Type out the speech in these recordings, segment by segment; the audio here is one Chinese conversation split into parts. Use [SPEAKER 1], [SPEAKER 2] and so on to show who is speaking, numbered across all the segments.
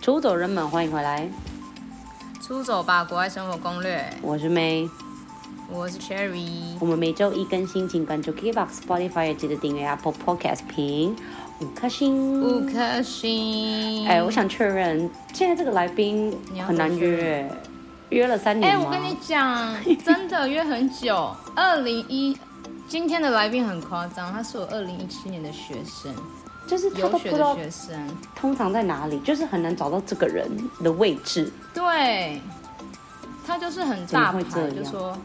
[SPEAKER 1] 出走人们，欢迎回来，
[SPEAKER 2] 出走吧，国外生活攻略。
[SPEAKER 1] 我是 May。
[SPEAKER 2] 我是 Cherry，
[SPEAKER 1] 我们每周一更新，请关注 KBox、Spotify，也记得订阅 Apple Podcast，评五颗星。
[SPEAKER 2] 五颗星。
[SPEAKER 1] 哎、我想确认，现在这个来宾
[SPEAKER 2] 你要
[SPEAKER 1] 很难
[SPEAKER 2] 多确
[SPEAKER 1] 约，约了三
[SPEAKER 2] 哎、
[SPEAKER 1] 年
[SPEAKER 2] 我
[SPEAKER 1] 吗？
[SPEAKER 2] 跟你讲，真的约很久。二零一，今天的来宾很夸张，他是我二零一七年的学生，
[SPEAKER 1] 就是他
[SPEAKER 2] 游
[SPEAKER 1] 都不
[SPEAKER 2] 学
[SPEAKER 1] 知
[SPEAKER 2] 的
[SPEAKER 1] 道
[SPEAKER 2] 学生。
[SPEAKER 1] 通常在哪里，就是很难找到这个人的位置。
[SPEAKER 2] 对，他就是很
[SPEAKER 1] 怎么
[SPEAKER 2] 大牌，
[SPEAKER 1] 会这
[SPEAKER 2] 就
[SPEAKER 1] 样
[SPEAKER 2] 说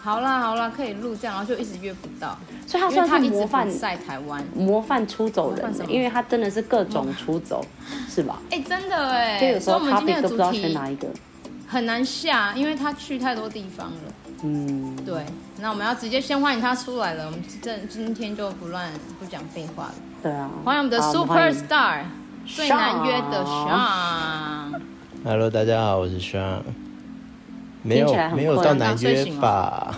[SPEAKER 2] 好啦好啦，可以录这样，然后就一直约不到，
[SPEAKER 1] 所以他
[SPEAKER 2] 因为
[SPEAKER 1] 算
[SPEAKER 2] 他
[SPEAKER 1] 是
[SPEAKER 2] 一直
[SPEAKER 1] 模范
[SPEAKER 2] 不在台湾。
[SPEAKER 1] 模范出走
[SPEAKER 2] 模范
[SPEAKER 1] 人
[SPEAKER 2] 什，么
[SPEAKER 1] 因为他真的是各种出走，是吧？
[SPEAKER 2] 哎、真的哎，
[SPEAKER 1] 就有时候
[SPEAKER 2] 所以我们今天
[SPEAKER 1] topic
[SPEAKER 2] 的
[SPEAKER 1] 都不
[SPEAKER 2] 主
[SPEAKER 1] 知道选
[SPEAKER 2] 题
[SPEAKER 1] 哪一个。
[SPEAKER 2] 很难下，因为他去太多地方了。
[SPEAKER 1] 嗯，
[SPEAKER 2] 对，那我们要直接先欢迎他出来了。我们这今天就不乱不讲废话了，
[SPEAKER 1] 对啊。
[SPEAKER 2] 欢迎我们的
[SPEAKER 1] 好
[SPEAKER 2] super star 最难约的。
[SPEAKER 1] 欢迎
[SPEAKER 2] Sean。
[SPEAKER 3] Hello，大家好，我是轩。没有
[SPEAKER 1] 听起来很
[SPEAKER 3] 没有
[SPEAKER 1] 困
[SPEAKER 3] 到难
[SPEAKER 2] 睡
[SPEAKER 3] 约
[SPEAKER 1] 哦
[SPEAKER 2] 醒了
[SPEAKER 3] 吧？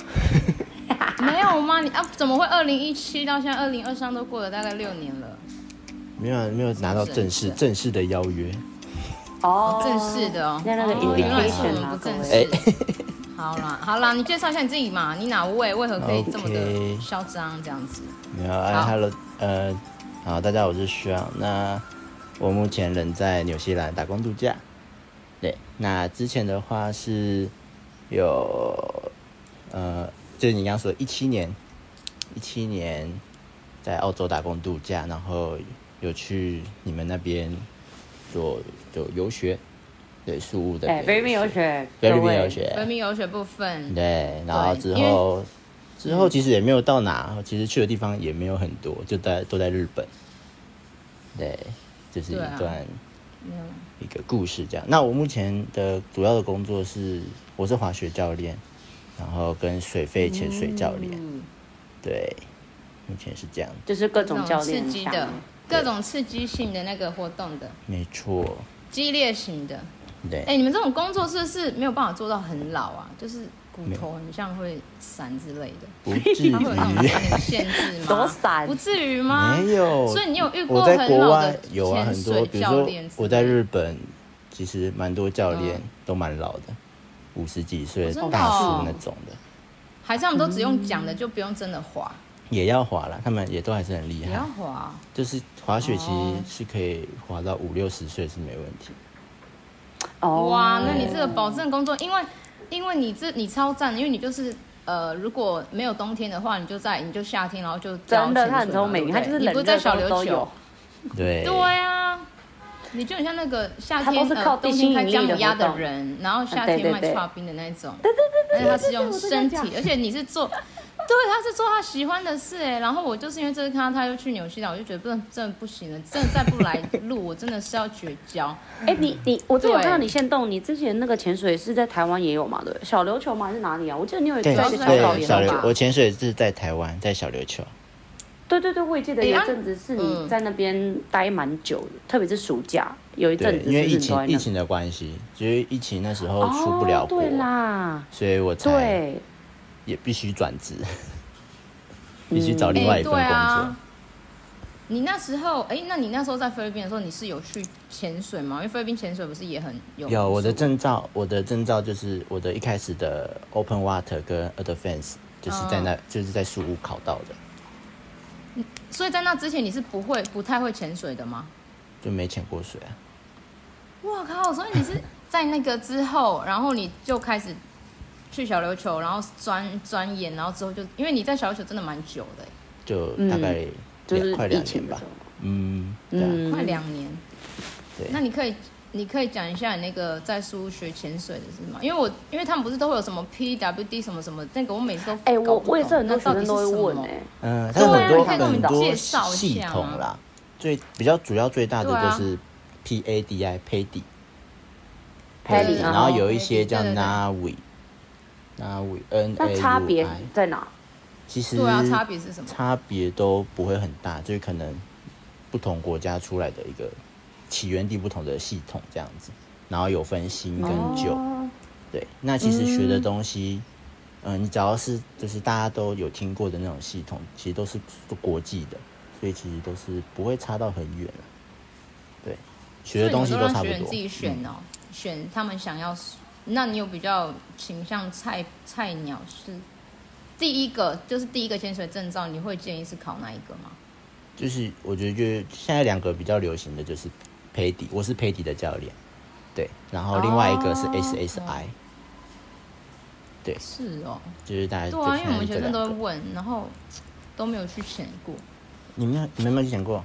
[SPEAKER 2] 没有吗？你啊，怎么会二零一七到现在二零二三都过了大概六年了？
[SPEAKER 3] 没有啊没有拿到正
[SPEAKER 1] 啊
[SPEAKER 3] 式
[SPEAKER 2] 是
[SPEAKER 3] 正式的邀约。
[SPEAKER 1] 哦，
[SPEAKER 2] 正式的哦，
[SPEAKER 1] 那那个
[SPEAKER 2] 哦原来是我
[SPEAKER 1] invitation
[SPEAKER 2] 们
[SPEAKER 1] 啊，
[SPEAKER 2] 不
[SPEAKER 1] 各
[SPEAKER 2] 正
[SPEAKER 1] 位。
[SPEAKER 2] 式。
[SPEAKER 3] 哎
[SPEAKER 2] 好啦，好啦，你介绍一下你自己嘛，你哪位？为何可以这么的
[SPEAKER 3] OK
[SPEAKER 2] 嚣张这样子？
[SPEAKER 3] 没有哎
[SPEAKER 2] 好
[SPEAKER 3] ，Hello，呃，好，大家好，我是轩。那我目前人在纽西兰打工度假。对，那之前的话是有呃，就是你刚刚说一七年，一七年在澳洲打工度假，然后有去你们那边做做游学，对，宿务的
[SPEAKER 1] 哎菲律宾游学，
[SPEAKER 3] 菲律
[SPEAKER 1] 各
[SPEAKER 3] 宾
[SPEAKER 1] 位
[SPEAKER 3] 游学，
[SPEAKER 2] 文明游学部分，
[SPEAKER 3] 对，然后
[SPEAKER 2] 对
[SPEAKER 3] 之
[SPEAKER 2] 因为嗯
[SPEAKER 3] 后之后其实也没有到哪，其实去的地方也没有很多，就在都在日本。对，就是一
[SPEAKER 2] 对啊
[SPEAKER 3] 段、
[SPEAKER 2] 没有啦
[SPEAKER 3] 一个故事这样。那我目前的主要的工作是，我是滑雪教练，然后跟水肺潜水教练。
[SPEAKER 2] 嗯
[SPEAKER 3] 对，目前是这样，
[SPEAKER 1] 就是各种
[SPEAKER 2] 各
[SPEAKER 1] 教
[SPEAKER 2] 种刺
[SPEAKER 1] 练
[SPEAKER 2] 激
[SPEAKER 1] 项
[SPEAKER 2] 的
[SPEAKER 1] 目，
[SPEAKER 2] 各种刺激性的那个活动的，
[SPEAKER 3] 没错。
[SPEAKER 2] 激烈型的。
[SPEAKER 3] 对，
[SPEAKER 2] 哎、你们这种工作是不是没有办法做到很老啊？就是骨头很像会散之类的，
[SPEAKER 3] 不 至于
[SPEAKER 2] 它会有那种年龄限制吗？
[SPEAKER 1] 多散
[SPEAKER 2] 不至于吗？
[SPEAKER 3] 没有。
[SPEAKER 2] 所以你有遇过
[SPEAKER 3] 我在
[SPEAKER 2] 很
[SPEAKER 3] 国
[SPEAKER 2] 老
[SPEAKER 3] 外
[SPEAKER 2] 的
[SPEAKER 3] 有啊，
[SPEAKER 2] 潜
[SPEAKER 3] 很多，
[SPEAKER 2] 水
[SPEAKER 3] 比如
[SPEAKER 2] 教
[SPEAKER 3] 说
[SPEAKER 2] 练之类的？
[SPEAKER 3] 我在日本，其实蛮多教练
[SPEAKER 2] 嗯
[SPEAKER 3] 都蛮老的，五十几岁
[SPEAKER 2] 哦真的
[SPEAKER 3] 大
[SPEAKER 2] 哦
[SPEAKER 3] 叔那种的，
[SPEAKER 2] 还是他们都只用讲的，就不用真的滑，
[SPEAKER 3] 也要滑啦，他们也都还是很厉
[SPEAKER 2] 也
[SPEAKER 3] 害
[SPEAKER 2] 要。滑。
[SPEAKER 3] 就是滑雪其
[SPEAKER 2] 哦
[SPEAKER 3] 实是可以滑到五六十岁是没问题。
[SPEAKER 1] 哦，
[SPEAKER 2] 哇，
[SPEAKER 3] 嗯
[SPEAKER 2] 那你这个保证工作，因为因为你这你超赞的，因为你就是。呃，如果没有冬天的话，你就在你就夏天，然后就教
[SPEAKER 1] 真的
[SPEAKER 2] 潜
[SPEAKER 1] 他很
[SPEAKER 2] 水嘛
[SPEAKER 1] 聪明，
[SPEAKER 2] 对不
[SPEAKER 1] 他
[SPEAKER 2] 对
[SPEAKER 1] 就是
[SPEAKER 2] 你
[SPEAKER 1] 冷
[SPEAKER 2] 不是
[SPEAKER 1] 热
[SPEAKER 2] 在小
[SPEAKER 1] 都
[SPEAKER 2] 琉
[SPEAKER 1] 都
[SPEAKER 2] 球
[SPEAKER 1] 有，，
[SPEAKER 3] 对，
[SPEAKER 2] 嗯对啊，你就很像那个夏
[SPEAKER 1] 它
[SPEAKER 2] 天
[SPEAKER 1] 都是靠
[SPEAKER 2] 呃冬
[SPEAKER 1] 地心
[SPEAKER 2] 天开
[SPEAKER 1] 引力
[SPEAKER 2] 姜母
[SPEAKER 1] 的
[SPEAKER 2] 鸭
[SPEAKER 1] 活动啊
[SPEAKER 2] 的人，然后夏
[SPEAKER 1] 对
[SPEAKER 2] 天
[SPEAKER 1] 对
[SPEAKER 2] 卖
[SPEAKER 1] 对
[SPEAKER 2] 刨冰的那种，对对对而且他是用身
[SPEAKER 1] 我
[SPEAKER 2] 体，而且你是做，对，他是做他喜欢的事哎。然后我就是因为这次看到他又去纽西兰，我就觉得不能，真的不行了，真的再不来录，我真的是要绝交。
[SPEAKER 1] 哎，你你，我之前有
[SPEAKER 2] 对
[SPEAKER 1] 看到你现动，你之前那个潜水是在台湾也有嘛？对，小琉球吗？还是哪里啊？我记得你有一
[SPEAKER 3] 对
[SPEAKER 1] 段
[SPEAKER 2] 就是
[SPEAKER 1] 小
[SPEAKER 3] 对
[SPEAKER 2] 在
[SPEAKER 1] 岛
[SPEAKER 2] 岛
[SPEAKER 1] 也
[SPEAKER 2] 屿
[SPEAKER 1] 有
[SPEAKER 3] 小
[SPEAKER 2] 上
[SPEAKER 3] 琉
[SPEAKER 2] 吧
[SPEAKER 1] 吧？
[SPEAKER 3] 我潜水是在台湾，在小琉球。
[SPEAKER 1] 对对对，我也记得
[SPEAKER 2] 哎
[SPEAKER 1] 有一
[SPEAKER 2] 啊
[SPEAKER 1] 阵子是你
[SPEAKER 2] 嗯
[SPEAKER 1] 在那边待蛮久的，特别是暑假有一阵
[SPEAKER 3] 对，
[SPEAKER 1] 子，
[SPEAKER 3] 因为
[SPEAKER 1] 是
[SPEAKER 3] 疫
[SPEAKER 1] 不是你都在
[SPEAKER 3] 情
[SPEAKER 1] 那
[SPEAKER 3] 疫情的关系，就是疫情那时候
[SPEAKER 1] 哦
[SPEAKER 3] 出不了国，
[SPEAKER 1] 对啦，
[SPEAKER 3] 所以我才
[SPEAKER 1] 对，
[SPEAKER 3] 也必须转职， 必须找另外
[SPEAKER 2] 哎，
[SPEAKER 3] 一份
[SPEAKER 2] 嗯对
[SPEAKER 3] 工作
[SPEAKER 2] 啊。。你那时候，哎、那你那时候在菲律宾的时候，你是有去潜水吗？因为菲律宾潜水不是也很有
[SPEAKER 3] 有我的
[SPEAKER 2] 名
[SPEAKER 3] 证照，我的证照就是我的一开始的 Open Water 跟 Advance，就是在
[SPEAKER 1] 哦
[SPEAKER 3] 那、就是在宿务考到的，
[SPEAKER 2] 所所以在那之前你是不会不太会潜水的吗？
[SPEAKER 3] 就没潜过水啊。
[SPEAKER 2] 哇靠！所以你是在那个之后，然后你就开始去小琉球，然后钻钻研，然后之后就因为你在小琉球真的蛮久的欸、
[SPEAKER 3] 就大概
[SPEAKER 1] 嗯就
[SPEAKER 3] 两、
[SPEAKER 1] 是
[SPEAKER 3] 快
[SPEAKER 1] 疫
[SPEAKER 3] 两
[SPEAKER 1] 情
[SPEAKER 3] 年
[SPEAKER 1] 的
[SPEAKER 3] 吧
[SPEAKER 1] 时。候
[SPEAKER 3] 嗯，对啊、
[SPEAKER 2] 快两年。
[SPEAKER 3] 对
[SPEAKER 2] 那你可以你可以讲一下你那个在苏学潜水的是吗？因为我因为他们不是都会有什么 PWD 什么什么那个，我每次都
[SPEAKER 1] 哎，
[SPEAKER 2] 搞
[SPEAKER 1] 我
[SPEAKER 2] 不懂
[SPEAKER 1] 我也是很多学
[SPEAKER 2] 那到底
[SPEAKER 1] 生
[SPEAKER 2] 是
[SPEAKER 1] 都会
[SPEAKER 2] 什么
[SPEAKER 1] 问哎，
[SPEAKER 3] 嗯，它有
[SPEAKER 1] 对
[SPEAKER 3] 很多
[SPEAKER 1] 啊你可以跟我们
[SPEAKER 3] 很多
[SPEAKER 2] 介绍一下
[SPEAKER 3] 系
[SPEAKER 2] 吗
[SPEAKER 3] 统啦，最比较主要最大
[SPEAKER 2] 对
[SPEAKER 3] 的
[SPEAKER 2] 啊
[SPEAKER 3] 就是 PADI PADI，
[SPEAKER 1] Paddy，
[SPEAKER 3] 对
[SPEAKER 1] 然
[SPEAKER 3] 然
[SPEAKER 1] 后
[SPEAKER 3] 后有一些叫
[SPEAKER 2] 对对对
[SPEAKER 3] NAVI NAVI N
[SPEAKER 1] 那
[SPEAKER 3] A
[SPEAKER 1] 差别
[SPEAKER 3] U I，
[SPEAKER 1] 在哪？
[SPEAKER 3] 其实
[SPEAKER 2] 对啊，差别是什么？
[SPEAKER 3] 差别都不会很大，就是可能不同国家出来的一个起源地不同的系统这样子，然后有分新跟旧。
[SPEAKER 1] 哦
[SPEAKER 3] 对，那其实学的东西，嗯、你只要是就是大家都有听过的那种系统，其实都啊是国际的，所以其实都是不会差到很远了。对，学的东西
[SPEAKER 2] 所以你让
[SPEAKER 3] 差
[SPEAKER 2] 学
[SPEAKER 3] 不
[SPEAKER 2] 员
[SPEAKER 3] 多嗯
[SPEAKER 2] 自。己选哦，选他们想要。那你有比较倾向菜菜鸟是第一个，就是第一个潜水证照，你会建议是考哪一个吗？
[SPEAKER 3] 就是我觉得就是现在两个比较流行的就是佩迪，我是佩迪的教练，对，然后另外一个是
[SPEAKER 2] 哦
[SPEAKER 3] SSI，、对，
[SPEAKER 2] 是哦，
[SPEAKER 3] 就是大家
[SPEAKER 2] 对啊，因为我们
[SPEAKER 3] 觉
[SPEAKER 2] 学
[SPEAKER 3] 得
[SPEAKER 2] 生都会问，然后都没有去潜过。
[SPEAKER 3] 你们有你们有没有去潜过？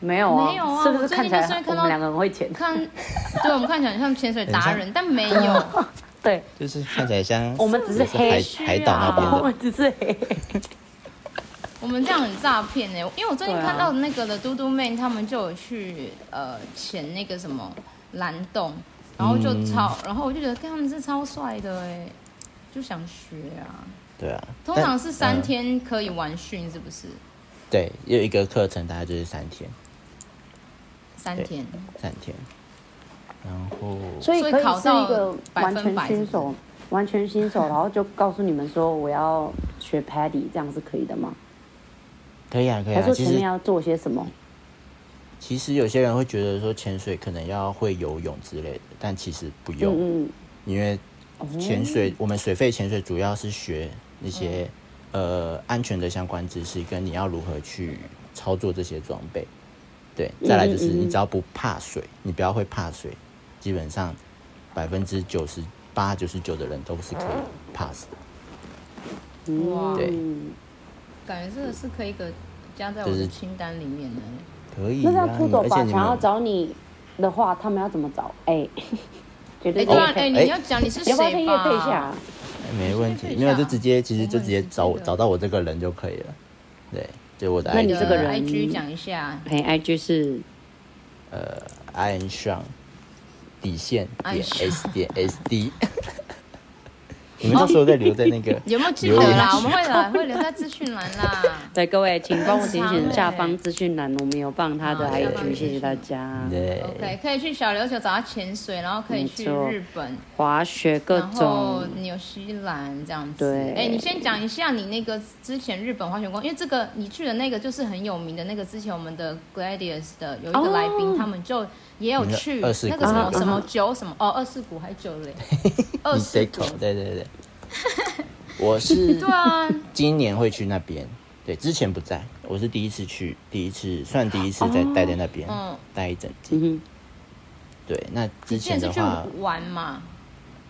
[SPEAKER 1] 没有啊，
[SPEAKER 2] 没有啊
[SPEAKER 1] 是不是
[SPEAKER 2] 我最
[SPEAKER 1] 看
[SPEAKER 2] 近
[SPEAKER 1] 起来
[SPEAKER 2] 就是看
[SPEAKER 1] 我
[SPEAKER 2] 到
[SPEAKER 1] 们两个很会 潜？
[SPEAKER 2] 看，对我们看起来很像潜水达人，但没 有。
[SPEAKER 1] 对，
[SPEAKER 3] 就是看起来像
[SPEAKER 1] 我们只是黑哦
[SPEAKER 3] 海
[SPEAKER 2] 区啊
[SPEAKER 3] 海岛那边
[SPEAKER 1] 我
[SPEAKER 3] 的，
[SPEAKER 1] 们只是黑。
[SPEAKER 2] 我们这样很诈骗呢，因为我最近
[SPEAKER 1] 对啊
[SPEAKER 2] 看到那个的嘟嘟妹，他们就有去呃潜那个什么蓝洞，然后就超，然后我就觉得干他们是超帅的哎，就想学啊。
[SPEAKER 3] 对啊。
[SPEAKER 2] 通
[SPEAKER 3] 但
[SPEAKER 2] 常是三、
[SPEAKER 3] 嗯
[SPEAKER 2] 天可以完训，是不是？
[SPEAKER 3] 对，有一个课程大概就是三天，
[SPEAKER 2] 三
[SPEAKER 3] 对
[SPEAKER 2] 天，
[SPEAKER 3] 三天，然后
[SPEAKER 1] 所以
[SPEAKER 2] 所以
[SPEAKER 1] 可以
[SPEAKER 2] 考
[SPEAKER 1] 是一
[SPEAKER 2] 到
[SPEAKER 1] 个
[SPEAKER 2] 百
[SPEAKER 1] 完
[SPEAKER 2] 分
[SPEAKER 1] 全
[SPEAKER 2] 百
[SPEAKER 1] 新
[SPEAKER 2] 是不
[SPEAKER 1] 手，完全新 手，然后就告诉你们说我要学 Paddy，这样是可以的吗？
[SPEAKER 3] 可以啊，可以
[SPEAKER 1] 还
[SPEAKER 3] 啊。
[SPEAKER 1] 说
[SPEAKER 3] 其
[SPEAKER 1] 前面
[SPEAKER 3] 实
[SPEAKER 1] 要做些什么？
[SPEAKER 3] 其实有些人会觉得说潜水可能要会游泳之类的，但其实不用，
[SPEAKER 1] 嗯嗯，
[SPEAKER 3] 因为
[SPEAKER 1] 哦
[SPEAKER 3] 潜水、我们水肺潜水主要是学那
[SPEAKER 1] 嗯
[SPEAKER 3] 些、呃安全的相关知识，跟你要如何去操作这些装备。对，再来
[SPEAKER 1] 嗯
[SPEAKER 3] 就是你只要不怕水，你不要会怕水，基本上百分之九十八、九十九的人都是可以 pass 的。
[SPEAKER 2] 哇，
[SPEAKER 3] 对
[SPEAKER 1] 嗯，
[SPEAKER 2] 感觉这个是可以给加在我
[SPEAKER 3] 就是
[SPEAKER 2] 的清单里面的。
[SPEAKER 3] 可以
[SPEAKER 1] 那
[SPEAKER 3] 啊，
[SPEAKER 1] 像
[SPEAKER 3] 你
[SPEAKER 1] 兔走
[SPEAKER 3] 而且
[SPEAKER 1] 吧
[SPEAKER 3] 你
[SPEAKER 1] 想要
[SPEAKER 3] 们
[SPEAKER 1] 找你的话，他们要怎么找？哎，绝
[SPEAKER 2] 哎，
[SPEAKER 1] 对哦
[SPEAKER 2] 对啊，
[SPEAKER 1] 可以
[SPEAKER 2] 哎，
[SPEAKER 3] 哎
[SPEAKER 2] 你要讲你是
[SPEAKER 1] 你要不要先
[SPEAKER 2] 谁
[SPEAKER 1] 乐配一
[SPEAKER 2] 吧
[SPEAKER 1] 下？？
[SPEAKER 3] 没问题
[SPEAKER 2] 可，以
[SPEAKER 3] 没有
[SPEAKER 2] 下
[SPEAKER 3] 就直接其实就直接找我
[SPEAKER 2] 我们是这个
[SPEAKER 3] 找到我这个人就可以了。对，就我的啊 IG，
[SPEAKER 1] 那你这个人
[SPEAKER 2] 呃 IG 讲一下
[SPEAKER 1] 哎，IG 是
[SPEAKER 3] 呃，Iron Strong 底线
[SPEAKER 2] Iron Strong
[SPEAKER 3] 点 S 点 SD。你们到时候再留在那个
[SPEAKER 2] 有没有记
[SPEAKER 3] 留
[SPEAKER 2] 得
[SPEAKER 3] 言
[SPEAKER 2] 啦？
[SPEAKER 3] 区
[SPEAKER 2] 我们会啦，会留在资讯栏啦。
[SPEAKER 1] 对各位，请帮我点
[SPEAKER 2] 很
[SPEAKER 1] 选
[SPEAKER 2] 长
[SPEAKER 1] 下
[SPEAKER 2] 哎
[SPEAKER 1] 方资讯栏，我们有放他的
[SPEAKER 2] 好
[SPEAKER 3] 下方
[SPEAKER 1] IG，谢
[SPEAKER 2] 资
[SPEAKER 1] 谢
[SPEAKER 2] 讯
[SPEAKER 1] 大家。
[SPEAKER 3] 对
[SPEAKER 2] OK，可以去小琉球找他潜水，然后可以去
[SPEAKER 1] 没错
[SPEAKER 2] 日本，
[SPEAKER 1] 滑雪各
[SPEAKER 2] 然后
[SPEAKER 1] 种，
[SPEAKER 2] 纽西兰这样子。
[SPEAKER 1] 对
[SPEAKER 2] 哎，你先讲一下你那个之前日本滑雪光，因为这个你去的那个就是很有名的那个，之前我们的 Gladius 的有一个
[SPEAKER 1] 哦
[SPEAKER 2] 来宾，他们就也有去
[SPEAKER 3] 那二世
[SPEAKER 2] 那
[SPEAKER 3] 谷
[SPEAKER 2] 个什
[SPEAKER 3] 那
[SPEAKER 2] 么
[SPEAKER 3] 个
[SPEAKER 2] 什么酒什么哦，二世谷还酒 嘞，二
[SPEAKER 3] 你
[SPEAKER 2] 世
[SPEAKER 3] 谁
[SPEAKER 2] 谷
[SPEAKER 3] 口？对对 对，我是
[SPEAKER 2] 对啊，
[SPEAKER 3] 今年会去那边，对，之前不在，我是第一次去，第一次算第一次在待在那边
[SPEAKER 2] 嗯
[SPEAKER 3] 待一整季。
[SPEAKER 1] 嗯哼，
[SPEAKER 3] 对，那之
[SPEAKER 2] 你之前
[SPEAKER 3] 前
[SPEAKER 2] 是
[SPEAKER 3] 的
[SPEAKER 2] 去
[SPEAKER 3] 话，
[SPEAKER 2] 玩嘛，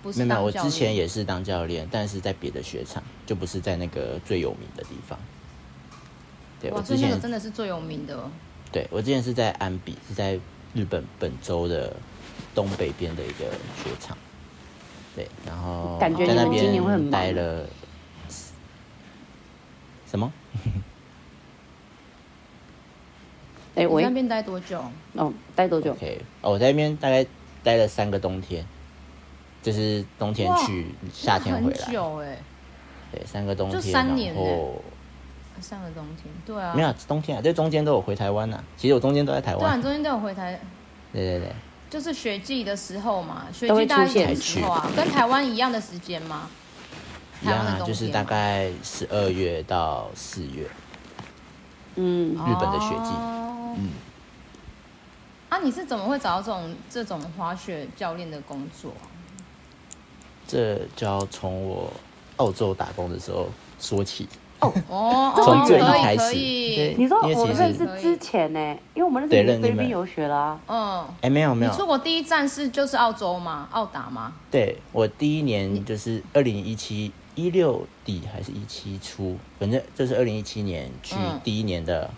[SPEAKER 2] 不
[SPEAKER 3] 没
[SPEAKER 2] 是
[SPEAKER 3] 有没有，
[SPEAKER 2] 当
[SPEAKER 3] 我
[SPEAKER 2] 教
[SPEAKER 3] 之前
[SPEAKER 2] 练
[SPEAKER 3] 也是当教练，但是在别的雪场，就不是在那个最有名的地方。对我
[SPEAKER 2] 哇，所
[SPEAKER 3] 之
[SPEAKER 2] 以那
[SPEAKER 3] 前
[SPEAKER 2] 个真的是最有名的哦。
[SPEAKER 3] 对我之前是在安比，是在日本本州的东北边的一个雪场。对，然后
[SPEAKER 1] 感觉
[SPEAKER 3] 在那
[SPEAKER 1] 你们今年会很
[SPEAKER 3] 边
[SPEAKER 1] 忙
[SPEAKER 3] 待了什么？
[SPEAKER 1] 哎，
[SPEAKER 2] 你在
[SPEAKER 1] 喂
[SPEAKER 2] 那，边待多久？
[SPEAKER 1] 哦，待多久？
[SPEAKER 3] OK，哦，我在那边大概待了三个冬天，就是冬天
[SPEAKER 2] 哇
[SPEAKER 3] 去，夏天回
[SPEAKER 2] 那
[SPEAKER 3] 来
[SPEAKER 2] 很，久哎、
[SPEAKER 3] 对，三个冬天，
[SPEAKER 2] 就三年
[SPEAKER 3] 然后
[SPEAKER 2] 上个冬天，对啊，
[SPEAKER 3] 没有冬天啊，这中间都有回台湾呐、啊其实我中间都在台
[SPEAKER 2] 对啊，
[SPEAKER 3] 湾
[SPEAKER 2] 你，中间都有回台，
[SPEAKER 3] 对对对，
[SPEAKER 2] 就是学季的时候嘛，学
[SPEAKER 1] 都
[SPEAKER 2] 季
[SPEAKER 1] 会
[SPEAKER 2] 大概
[SPEAKER 1] 出
[SPEAKER 2] 什
[SPEAKER 1] 现
[SPEAKER 2] 么时候啊？跟台湾一样的时间吗？
[SPEAKER 3] 一
[SPEAKER 2] 台
[SPEAKER 3] 样
[SPEAKER 2] 湾的
[SPEAKER 3] 啊，
[SPEAKER 2] 冬天
[SPEAKER 3] 就是大概十二月到四月，
[SPEAKER 1] 嗯，
[SPEAKER 3] 日本的雪季
[SPEAKER 2] 哦、嗯。啊，你是怎么会找到这种这种滑雪教练的工作啊、
[SPEAKER 3] 这就要从我澳洲打工的时候说起，
[SPEAKER 2] 哦，哦
[SPEAKER 3] 从最一
[SPEAKER 2] 可以
[SPEAKER 3] 开始，
[SPEAKER 2] 可以，
[SPEAKER 1] 你说
[SPEAKER 3] 因为
[SPEAKER 1] 我
[SPEAKER 3] 其
[SPEAKER 1] 认
[SPEAKER 3] 实
[SPEAKER 1] 识之前呢，因为我们认识
[SPEAKER 3] 对
[SPEAKER 1] 你在
[SPEAKER 3] 认
[SPEAKER 1] 菲
[SPEAKER 3] 你
[SPEAKER 1] 律
[SPEAKER 3] 们
[SPEAKER 1] 宾游学了啊，
[SPEAKER 2] 嗯。
[SPEAKER 3] 哎，没有没
[SPEAKER 2] 你
[SPEAKER 3] 有，
[SPEAKER 2] 出国第一站是就是澳洲吗？澳打吗？
[SPEAKER 3] 对我第一年就是二零一七一六底还是一七初，反正就是二零一七年去
[SPEAKER 2] 嗯
[SPEAKER 3] 第一年的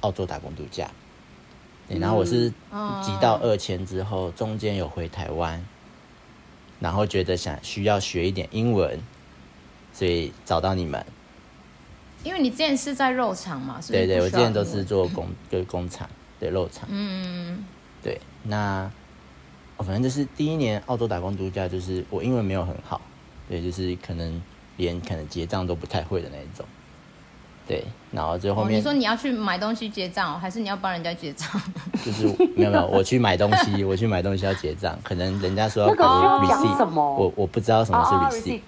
[SPEAKER 3] 澳洲打工度假。对，然后我是
[SPEAKER 2] 嗯
[SPEAKER 3] 集到二千之后，中间有回台湾，然后觉得想需要学一点英文，所以找到你们。
[SPEAKER 2] 因为你之前是在肉场嘛，是不
[SPEAKER 3] 对
[SPEAKER 2] 是
[SPEAKER 3] 对，
[SPEAKER 2] 不
[SPEAKER 3] 我之
[SPEAKER 2] 需要
[SPEAKER 3] 前都
[SPEAKER 2] 英文
[SPEAKER 3] 是做工，就是工厂，对肉厂。
[SPEAKER 2] 嗯，
[SPEAKER 3] 对，那、哦、反正就是第一年澳洲打工度假，就是我英文没有很好，对，就是可能连可能结账都不太会的那一种。对，然后最后
[SPEAKER 2] 哦，你
[SPEAKER 3] 面
[SPEAKER 2] 说你要去买东西结账、哦，还是你要帮人家结 账？
[SPEAKER 3] 就是没有没有，我去买东西，我去买东西要结账，可能人家说
[SPEAKER 1] 那
[SPEAKER 3] 要
[SPEAKER 1] 个
[SPEAKER 3] 给
[SPEAKER 1] 需要
[SPEAKER 3] 我
[SPEAKER 1] 讲
[SPEAKER 3] receipt，
[SPEAKER 1] 什么
[SPEAKER 3] 我我不知道什么
[SPEAKER 1] 啊
[SPEAKER 3] 是 receipt，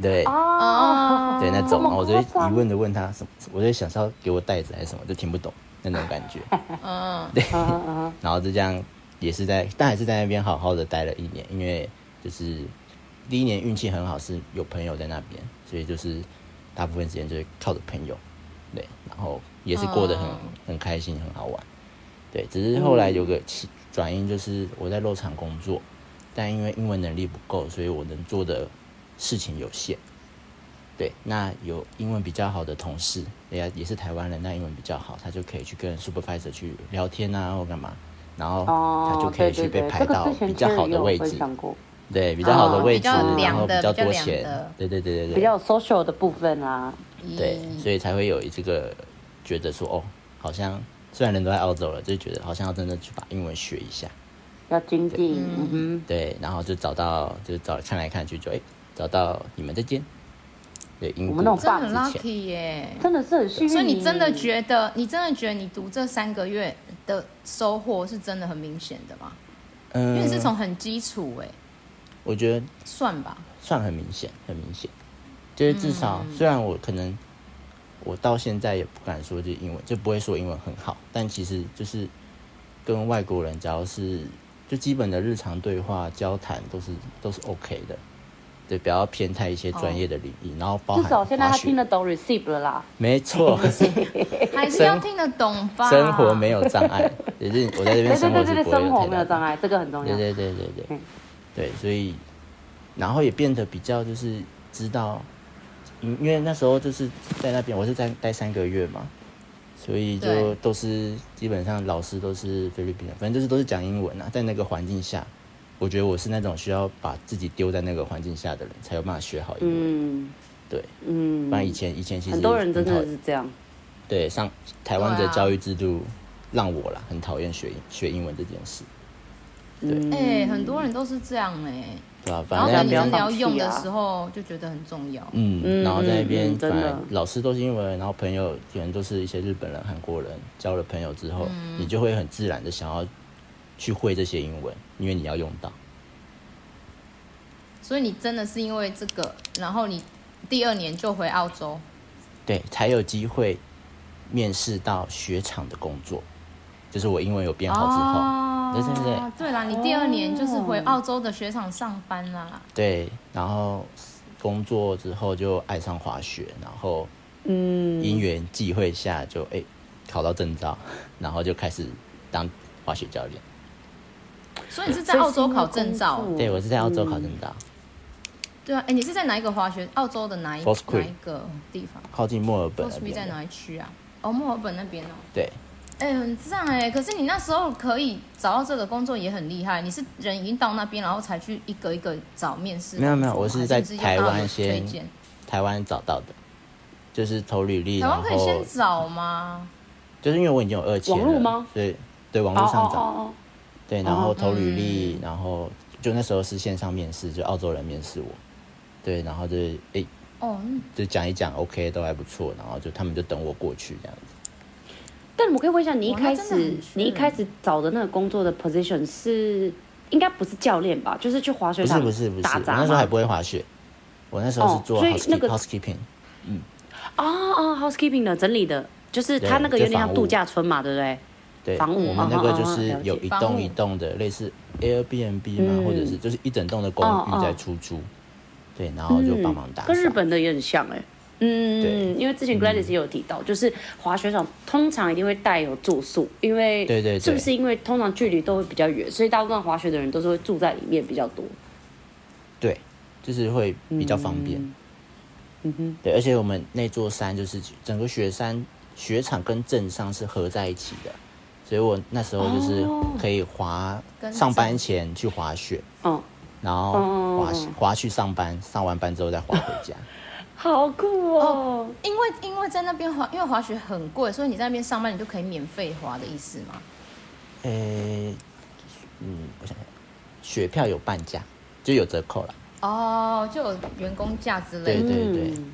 [SPEAKER 3] 对
[SPEAKER 1] 哦
[SPEAKER 2] 哦
[SPEAKER 1] 啊，
[SPEAKER 3] 对那种，
[SPEAKER 1] 这
[SPEAKER 3] 然
[SPEAKER 1] 么
[SPEAKER 3] 后我就会
[SPEAKER 1] 夸张
[SPEAKER 3] 疑问的问他什么，我就想是 要给我袋子还是什么，就听不懂那种感觉。
[SPEAKER 2] 嗯，
[SPEAKER 1] 啊啊啊！
[SPEAKER 3] 然后就这样也是在，但还是在那边好好的待了一年，因为就是第一年运气很好，是有朋友在那边，所以就是大部分时间就是靠着朋友，对，然后也是过得很、
[SPEAKER 2] 哦
[SPEAKER 3] 很开心，很好玩，对，只是后来有个起转因，就是我在肉场工作，但因为英文能力不够，所以我能做的事情有限。对，那有英文比较好的同事，人家也是台湾人，那英文比较好，他就可以去跟 supervisor 去聊天啊，或干嘛，然后
[SPEAKER 1] 哦，
[SPEAKER 3] 他就可以去被排到比较好的位置，对，比较好的
[SPEAKER 1] 哦
[SPEAKER 3] 位
[SPEAKER 2] 比
[SPEAKER 3] 置，
[SPEAKER 2] 较
[SPEAKER 3] 然
[SPEAKER 2] 凉
[SPEAKER 3] 后
[SPEAKER 2] 的
[SPEAKER 3] 较
[SPEAKER 2] 比较
[SPEAKER 3] 多
[SPEAKER 2] 凉
[SPEAKER 3] 钱
[SPEAKER 2] 的，
[SPEAKER 3] 对对对对
[SPEAKER 1] 比
[SPEAKER 3] 对，
[SPEAKER 1] 较 social 的部分啦。
[SPEAKER 3] 对，
[SPEAKER 2] 嗯
[SPEAKER 3] 所以才会有这个觉得说，哦，好像虽然人都在澳洲了，就觉得好像要真的去把英文学一下，
[SPEAKER 1] 要精进，嗯
[SPEAKER 3] 对，然后就找到，就找看来看去就哎、找到你们这间，对，英
[SPEAKER 1] 我
[SPEAKER 3] 国
[SPEAKER 1] 们那种
[SPEAKER 2] 真的很
[SPEAKER 3] 之前
[SPEAKER 2] lucky 耶
[SPEAKER 1] 哼，。真的是很幸运。
[SPEAKER 2] 所以你真的觉得，你真的觉得你读这三个月的收获是真的很明显的吗？因
[SPEAKER 3] 嗯，
[SPEAKER 2] 为你是从很基础哎、
[SPEAKER 3] 我觉得
[SPEAKER 2] 算吧，
[SPEAKER 3] 算很明显，很明显，就是至少、
[SPEAKER 1] 嗯
[SPEAKER 3] 虽然我可能我到现在也不敢说这英文，就不会说英文很好，但其实就是跟外国人只要是就基本的日常对话交谈都是都是 OK 的，对，不要偏袒一些专业的领域，然后包含
[SPEAKER 1] 哦至少现在他
[SPEAKER 3] 滑雪
[SPEAKER 1] 听得懂 receive 了啦。
[SPEAKER 3] 没错。
[SPEAKER 2] 还是要听得懂吧。
[SPEAKER 3] 哎 生活没有障碍，也是我在这
[SPEAKER 1] 对
[SPEAKER 3] 边
[SPEAKER 1] 对对
[SPEAKER 3] 生活
[SPEAKER 1] 对
[SPEAKER 3] 是
[SPEAKER 1] 对，
[SPEAKER 3] 不会
[SPEAKER 1] 生活
[SPEAKER 3] 有
[SPEAKER 1] 没
[SPEAKER 3] 太
[SPEAKER 1] 有
[SPEAKER 3] 大
[SPEAKER 1] 障碍，这个很重
[SPEAKER 3] 对
[SPEAKER 1] 要。
[SPEAKER 3] 对对对对
[SPEAKER 1] 嗯，
[SPEAKER 3] 对，所以然后也变得比较就是知道，嗯，因为那时候就是在那边，我是在待三个月嘛，所以就
[SPEAKER 2] 对
[SPEAKER 3] 都是基本上老师都是菲律宾人，反正就是都是讲英文啊，在那个环境下，我觉得我是那种需要把自己丢在那个环境下的人，才有办法学好英文。
[SPEAKER 1] 嗯
[SPEAKER 3] 对，不然以
[SPEAKER 1] 嗯，
[SPEAKER 3] 前以前其实
[SPEAKER 1] 很多人真
[SPEAKER 3] 很讨
[SPEAKER 1] 的是这样。
[SPEAKER 3] 对上台湾的
[SPEAKER 2] 对啊
[SPEAKER 3] 教育制度让我啦很讨厌学学英文这件事，
[SPEAKER 1] 嗯，
[SPEAKER 2] 哎、很多人都是这样哎、
[SPEAKER 3] 对吧、
[SPEAKER 2] 然
[SPEAKER 3] 反
[SPEAKER 2] 后
[SPEAKER 3] 正
[SPEAKER 1] 大
[SPEAKER 2] 等你
[SPEAKER 1] 家
[SPEAKER 2] 真
[SPEAKER 1] 不
[SPEAKER 2] 的
[SPEAKER 1] 要
[SPEAKER 2] 要用的
[SPEAKER 1] 放弃啊
[SPEAKER 2] 时候，就觉得很重要。
[SPEAKER 3] 嗯，然后在那
[SPEAKER 1] 嗯嗯
[SPEAKER 3] 边
[SPEAKER 1] 嗯
[SPEAKER 3] 反
[SPEAKER 1] 真
[SPEAKER 3] 而
[SPEAKER 1] 的
[SPEAKER 3] 老师都是英文，然后朋友可能都是一些日本人、韩国人，交了朋友之后，
[SPEAKER 1] 嗯
[SPEAKER 3] 你就会很自然的想要去会这些英文，因为你要用到。
[SPEAKER 2] 所以你真的是因为这个，然后你第二年就回澳洲，
[SPEAKER 3] 对，才有机会面试到雪场的工作，就是我英文有变好之后，
[SPEAKER 2] 哦
[SPEAKER 3] 对对对
[SPEAKER 2] 对啦，你第二年就是回澳洲的雪场上班啦。
[SPEAKER 3] 对，然后工作之后就爱上滑雪，然后
[SPEAKER 1] 嗯
[SPEAKER 3] 因缘际会下就哎、考到证照，然后就开始当滑雪教练。
[SPEAKER 2] 所以你是在澳洲考证照？啊
[SPEAKER 1] 嗯
[SPEAKER 3] 对我是在澳洲考证照，
[SPEAKER 2] 对啊，哎，你是在哪一个滑雪？澳洲的哪一
[SPEAKER 3] False
[SPEAKER 2] 哪
[SPEAKER 3] Creek
[SPEAKER 2] 一个地方
[SPEAKER 3] 靠近墨尔本
[SPEAKER 2] f
[SPEAKER 3] 那
[SPEAKER 2] 在
[SPEAKER 3] 边的。
[SPEAKER 2] 哪一区啊？哦，墨尔本那边哦。
[SPEAKER 3] 对，
[SPEAKER 2] 哎，很赞哎！可是你那时候可以找到这个工作也很厉害，你是人已经到那边，然后才去一个一个找面试工作吗。
[SPEAKER 3] 没有没有我是在
[SPEAKER 2] 还你
[SPEAKER 3] 台湾
[SPEAKER 2] 有推
[SPEAKER 3] 先
[SPEAKER 2] 荐。
[SPEAKER 3] 台湾找到的，就是投履历，
[SPEAKER 2] 台
[SPEAKER 3] 然
[SPEAKER 2] 湾可以
[SPEAKER 3] 后
[SPEAKER 2] 先找吗？
[SPEAKER 3] 就是因为我已经有二签
[SPEAKER 1] 网
[SPEAKER 3] 了，
[SPEAKER 1] 络吗
[SPEAKER 3] 所以对网络
[SPEAKER 1] 哦
[SPEAKER 3] 上
[SPEAKER 1] 哦嗯
[SPEAKER 3] 找，
[SPEAKER 1] 哦
[SPEAKER 3] 对，然后投履历，然后就那时候是线上面试，就澳洲人面试我，对，然后就诶、
[SPEAKER 2] 哦，嗯
[SPEAKER 3] 就讲一讲，OK 都还不错，然后就他们就等我过去这样子。
[SPEAKER 1] 哦，但我可以问一下，你一
[SPEAKER 2] 哇
[SPEAKER 1] 开
[SPEAKER 2] 那真的
[SPEAKER 1] 始
[SPEAKER 2] 很
[SPEAKER 1] 你一开始找的那个工作的 position 是应该不是教练吧？就是去滑雪
[SPEAKER 3] 不是
[SPEAKER 1] 场
[SPEAKER 3] 不是不是，
[SPEAKER 1] 打
[SPEAKER 3] 我
[SPEAKER 1] 杂
[SPEAKER 3] 那时候还
[SPEAKER 1] 吗？
[SPEAKER 3] 不会滑雪，我那时候
[SPEAKER 1] 哦
[SPEAKER 3] 是做
[SPEAKER 1] 所以
[SPEAKER 3] housekeep-
[SPEAKER 1] 那个
[SPEAKER 3] housekeeping，
[SPEAKER 1] 哦哦，housekeeping 的整理的，就是
[SPEAKER 3] 对
[SPEAKER 1] 他那个有点
[SPEAKER 3] 就
[SPEAKER 1] 像
[SPEAKER 3] 房屋
[SPEAKER 1] 度假村嘛，对不对？
[SPEAKER 3] 对，
[SPEAKER 1] 房屋
[SPEAKER 3] 我们那个就
[SPEAKER 1] 哦
[SPEAKER 3] 是
[SPEAKER 1] 哦哦
[SPEAKER 3] 有一
[SPEAKER 2] 房屋
[SPEAKER 3] 栋一栋的，类似 Airbnb 嘛，
[SPEAKER 1] 嗯
[SPEAKER 3] 或者是就是一整栋的公
[SPEAKER 1] 哦哦嗯
[SPEAKER 3] 寓在出租，对，然后就帮忙打扫。
[SPEAKER 1] 跟日本的也很像哎、
[SPEAKER 3] 对
[SPEAKER 1] 嗯，因为之前 Gladys 也有提到，就是滑雪场通常一定会带有住宿，因为
[SPEAKER 3] 对对对
[SPEAKER 1] 是不是因为通常距离都会比较远，所以大部分滑雪的人都是会住在里面比较多。
[SPEAKER 3] 对，就是会比较方便。嗯哼，对，而且我们那座山就是整个雪山雪场跟镇上是合在一起的，所以我那时候就是
[SPEAKER 1] 哦
[SPEAKER 3] 可以滑，
[SPEAKER 2] 跟
[SPEAKER 3] 上班
[SPEAKER 2] 镇
[SPEAKER 3] 前去滑雪，
[SPEAKER 1] 嗯，
[SPEAKER 3] 然后滑滑去上班，上完班之后再滑回家。
[SPEAKER 1] 好酷哦！
[SPEAKER 2] 因为因为在那边滑，因为滑雪很贵，所以你在那边上班，你就可以免费滑的意思吗？
[SPEAKER 3] 诶、嗯，我想想，雪票有半价，就有折扣了。
[SPEAKER 2] 哦，就有员工价之类
[SPEAKER 3] 对
[SPEAKER 2] 的。
[SPEAKER 3] 对对，
[SPEAKER 1] 嗯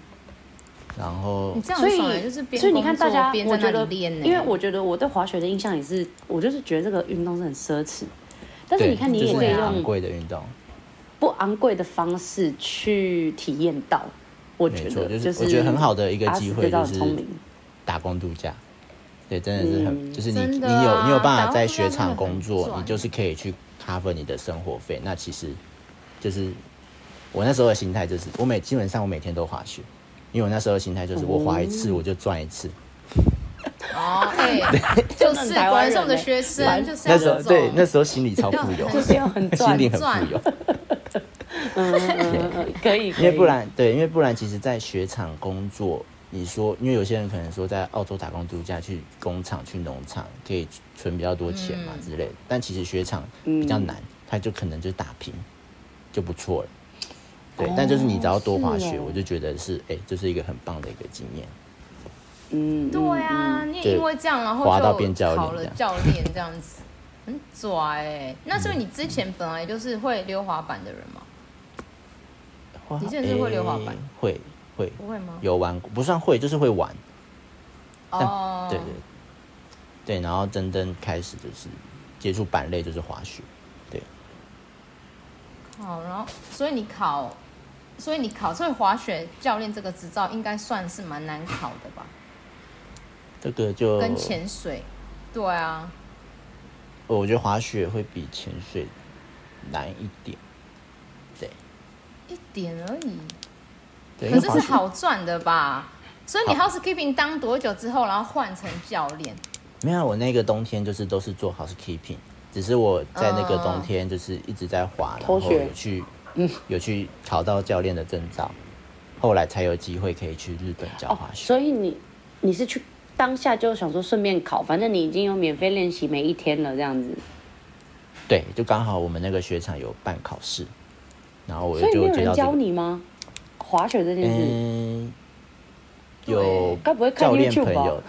[SPEAKER 3] 然后
[SPEAKER 2] 你这样
[SPEAKER 1] 所
[SPEAKER 2] 很
[SPEAKER 1] 以
[SPEAKER 2] 爽耶，就是边
[SPEAKER 1] 所以你看
[SPEAKER 2] 工作
[SPEAKER 1] 大家，
[SPEAKER 2] 边
[SPEAKER 1] 我
[SPEAKER 2] 在
[SPEAKER 1] 觉
[SPEAKER 2] 那
[SPEAKER 1] 得，
[SPEAKER 2] 里练呢。欸
[SPEAKER 1] 因为我觉得我对滑雪的印象也是，我就是觉得这个运动是很奢侈，但是
[SPEAKER 3] 对
[SPEAKER 1] 你看你
[SPEAKER 3] 就
[SPEAKER 1] 也
[SPEAKER 3] 是
[SPEAKER 1] 可以
[SPEAKER 3] 很
[SPEAKER 2] 啊
[SPEAKER 1] 用
[SPEAKER 3] 昂贵的运动，
[SPEAKER 1] 不昂贵的方式去体验到，我觉
[SPEAKER 3] 没
[SPEAKER 1] 得
[SPEAKER 3] 错，
[SPEAKER 1] 就是
[SPEAKER 3] 我觉得很好的一个机会
[SPEAKER 1] 阿斯知
[SPEAKER 3] 就
[SPEAKER 1] 道很
[SPEAKER 3] 是
[SPEAKER 1] 聪明。
[SPEAKER 3] 打工度假。对，真的是很，
[SPEAKER 1] 嗯
[SPEAKER 3] 就是你、
[SPEAKER 2] 真
[SPEAKER 3] 你
[SPEAKER 2] 的啊
[SPEAKER 3] 有你有
[SPEAKER 2] 打
[SPEAKER 3] 办法
[SPEAKER 2] 工
[SPEAKER 3] 在
[SPEAKER 2] 应该
[SPEAKER 3] 雪
[SPEAKER 2] 真的
[SPEAKER 3] 场
[SPEAKER 2] 很
[SPEAKER 3] 工作，
[SPEAKER 2] 赚
[SPEAKER 3] 你就是可以去 cover 你的生活费。那其实就是我那时候的心态就是，我每基本上我每天都滑雪，因为我那时候的心态就是我滑一次我就赚一次。
[SPEAKER 2] 哦，哎、就是
[SPEAKER 1] 台湾人
[SPEAKER 2] 果然是我们的
[SPEAKER 1] 欸
[SPEAKER 2] 学生，就是要
[SPEAKER 3] 那时
[SPEAKER 2] 这
[SPEAKER 3] 候
[SPEAKER 2] 种
[SPEAKER 3] 对那时候心里超富 有，
[SPEAKER 1] 就是要很
[SPEAKER 3] 心
[SPEAKER 1] 赚，
[SPEAKER 3] 里
[SPEAKER 1] 嗯
[SPEAKER 3] 很富有，
[SPEAKER 1] 嗯嗯，可以，可以
[SPEAKER 3] 因为不然对，因为不然其实，在雪场工作，你说因为有些人可能说在澳洲打工度假去工厂去农场可以存比较多钱
[SPEAKER 2] 嗯
[SPEAKER 3] 嘛之类的，但其实雪场比较难，他就可能就打平就不错了。
[SPEAKER 2] 哦
[SPEAKER 3] 对，但就是你只要多滑雪，
[SPEAKER 1] 是哦
[SPEAKER 3] 我就觉得是哎、这是一个很棒的一个经验。
[SPEAKER 1] 嗯，嗯
[SPEAKER 2] 对啊，你
[SPEAKER 3] 对
[SPEAKER 2] 也因为这样，然后
[SPEAKER 3] 滑到
[SPEAKER 2] 就
[SPEAKER 3] 变教练
[SPEAKER 2] 考了
[SPEAKER 3] 这样
[SPEAKER 2] 教练这样子，很拽哎、那是不是你之前本来就是会溜滑板的人吗？
[SPEAKER 3] 滑
[SPEAKER 2] 你真的是会溜滑板嗯
[SPEAKER 3] 诶哎会会
[SPEAKER 2] 不会吗？
[SPEAKER 3] 有玩过，不算会，就是会玩。但
[SPEAKER 2] 哦，
[SPEAKER 3] 嗯对对对，然后真正开始就是接触板类就是滑雪。
[SPEAKER 2] 好，然后所以你考，所以你考，所以滑雪教练这个执照应该算是蛮难考的吧？
[SPEAKER 3] 这个就
[SPEAKER 2] 跟潜水，对啊，
[SPEAKER 3] 我觉得滑雪会比潜水难一点，
[SPEAKER 2] 一点而已，
[SPEAKER 3] 对，
[SPEAKER 2] 可
[SPEAKER 3] 因为
[SPEAKER 2] 是
[SPEAKER 3] 滑
[SPEAKER 2] 是
[SPEAKER 3] 雪
[SPEAKER 2] 好赚的吧？所以你
[SPEAKER 3] 好
[SPEAKER 2] housekeeping 当多久之后，然后换成教练？
[SPEAKER 3] 没有，我那个冬天就是都是做 housekeeping，只是我在那个冬天就是一直在滑，然
[SPEAKER 1] 哦偷
[SPEAKER 3] 后
[SPEAKER 1] 学嗯
[SPEAKER 3] 有去有去考到教练的证照，后来才有机会可以去日本教
[SPEAKER 1] 哦
[SPEAKER 3] 滑，雪。
[SPEAKER 1] 所以你你是去当下就想说顺便考，反正你已经有免费练习每一天了，这样子，
[SPEAKER 3] 对，就刚好我们那个雪场有办考试，然后我
[SPEAKER 1] 所以
[SPEAKER 3] 就
[SPEAKER 1] 没有
[SPEAKER 3] 接
[SPEAKER 1] 人
[SPEAKER 3] 到这
[SPEAKER 1] 教
[SPEAKER 3] 个，
[SPEAKER 1] 你吗？滑雪这件事，
[SPEAKER 3] 嗯，有
[SPEAKER 1] 该不会看
[SPEAKER 3] 教练
[SPEAKER 1] YouTube
[SPEAKER 3] 朋
[SPEAKER 1] 吧
[SPEAKER 3] 友，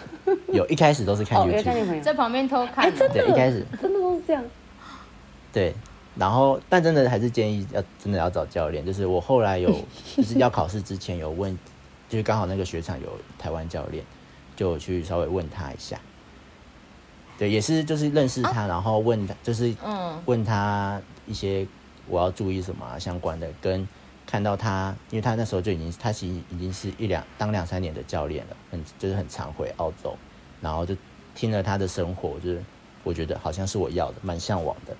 [SPEAKER 3] 有一开始都是看
[SPEAKER 1] 哦，有教练
[SPEAKER 3] YouTube，
[SPEAKER 1] 朋友，
[SPEAKER 2] 在旁边偷看、
[SPEAKER 1] 哎，
[SPEAKER 2] 啊，
[SPEAKER 1] 真的，
[SPEAKER 3] 对一开始
[SPEAKER 1] 真的都是这样，
[SPEAKER 3] 对，然后但真的还是建议要真的要找教练。就是我后来有就是要考试之前有问，就是刚好那个雪场有台湾教练，就有去稍微问他一下。对，也是就是认识他，然后问他就是
[SPEAKER 2] 嗯
[SPEAKER 3] 问他一些我要注意什么啊、相关的，跟看到他，因为他那时候就已经他其实已经是一两当两三年的教练了，很就是很常回澳洲，然后就听了他的生活，就是我觉得好像是我要的，蛮向往的，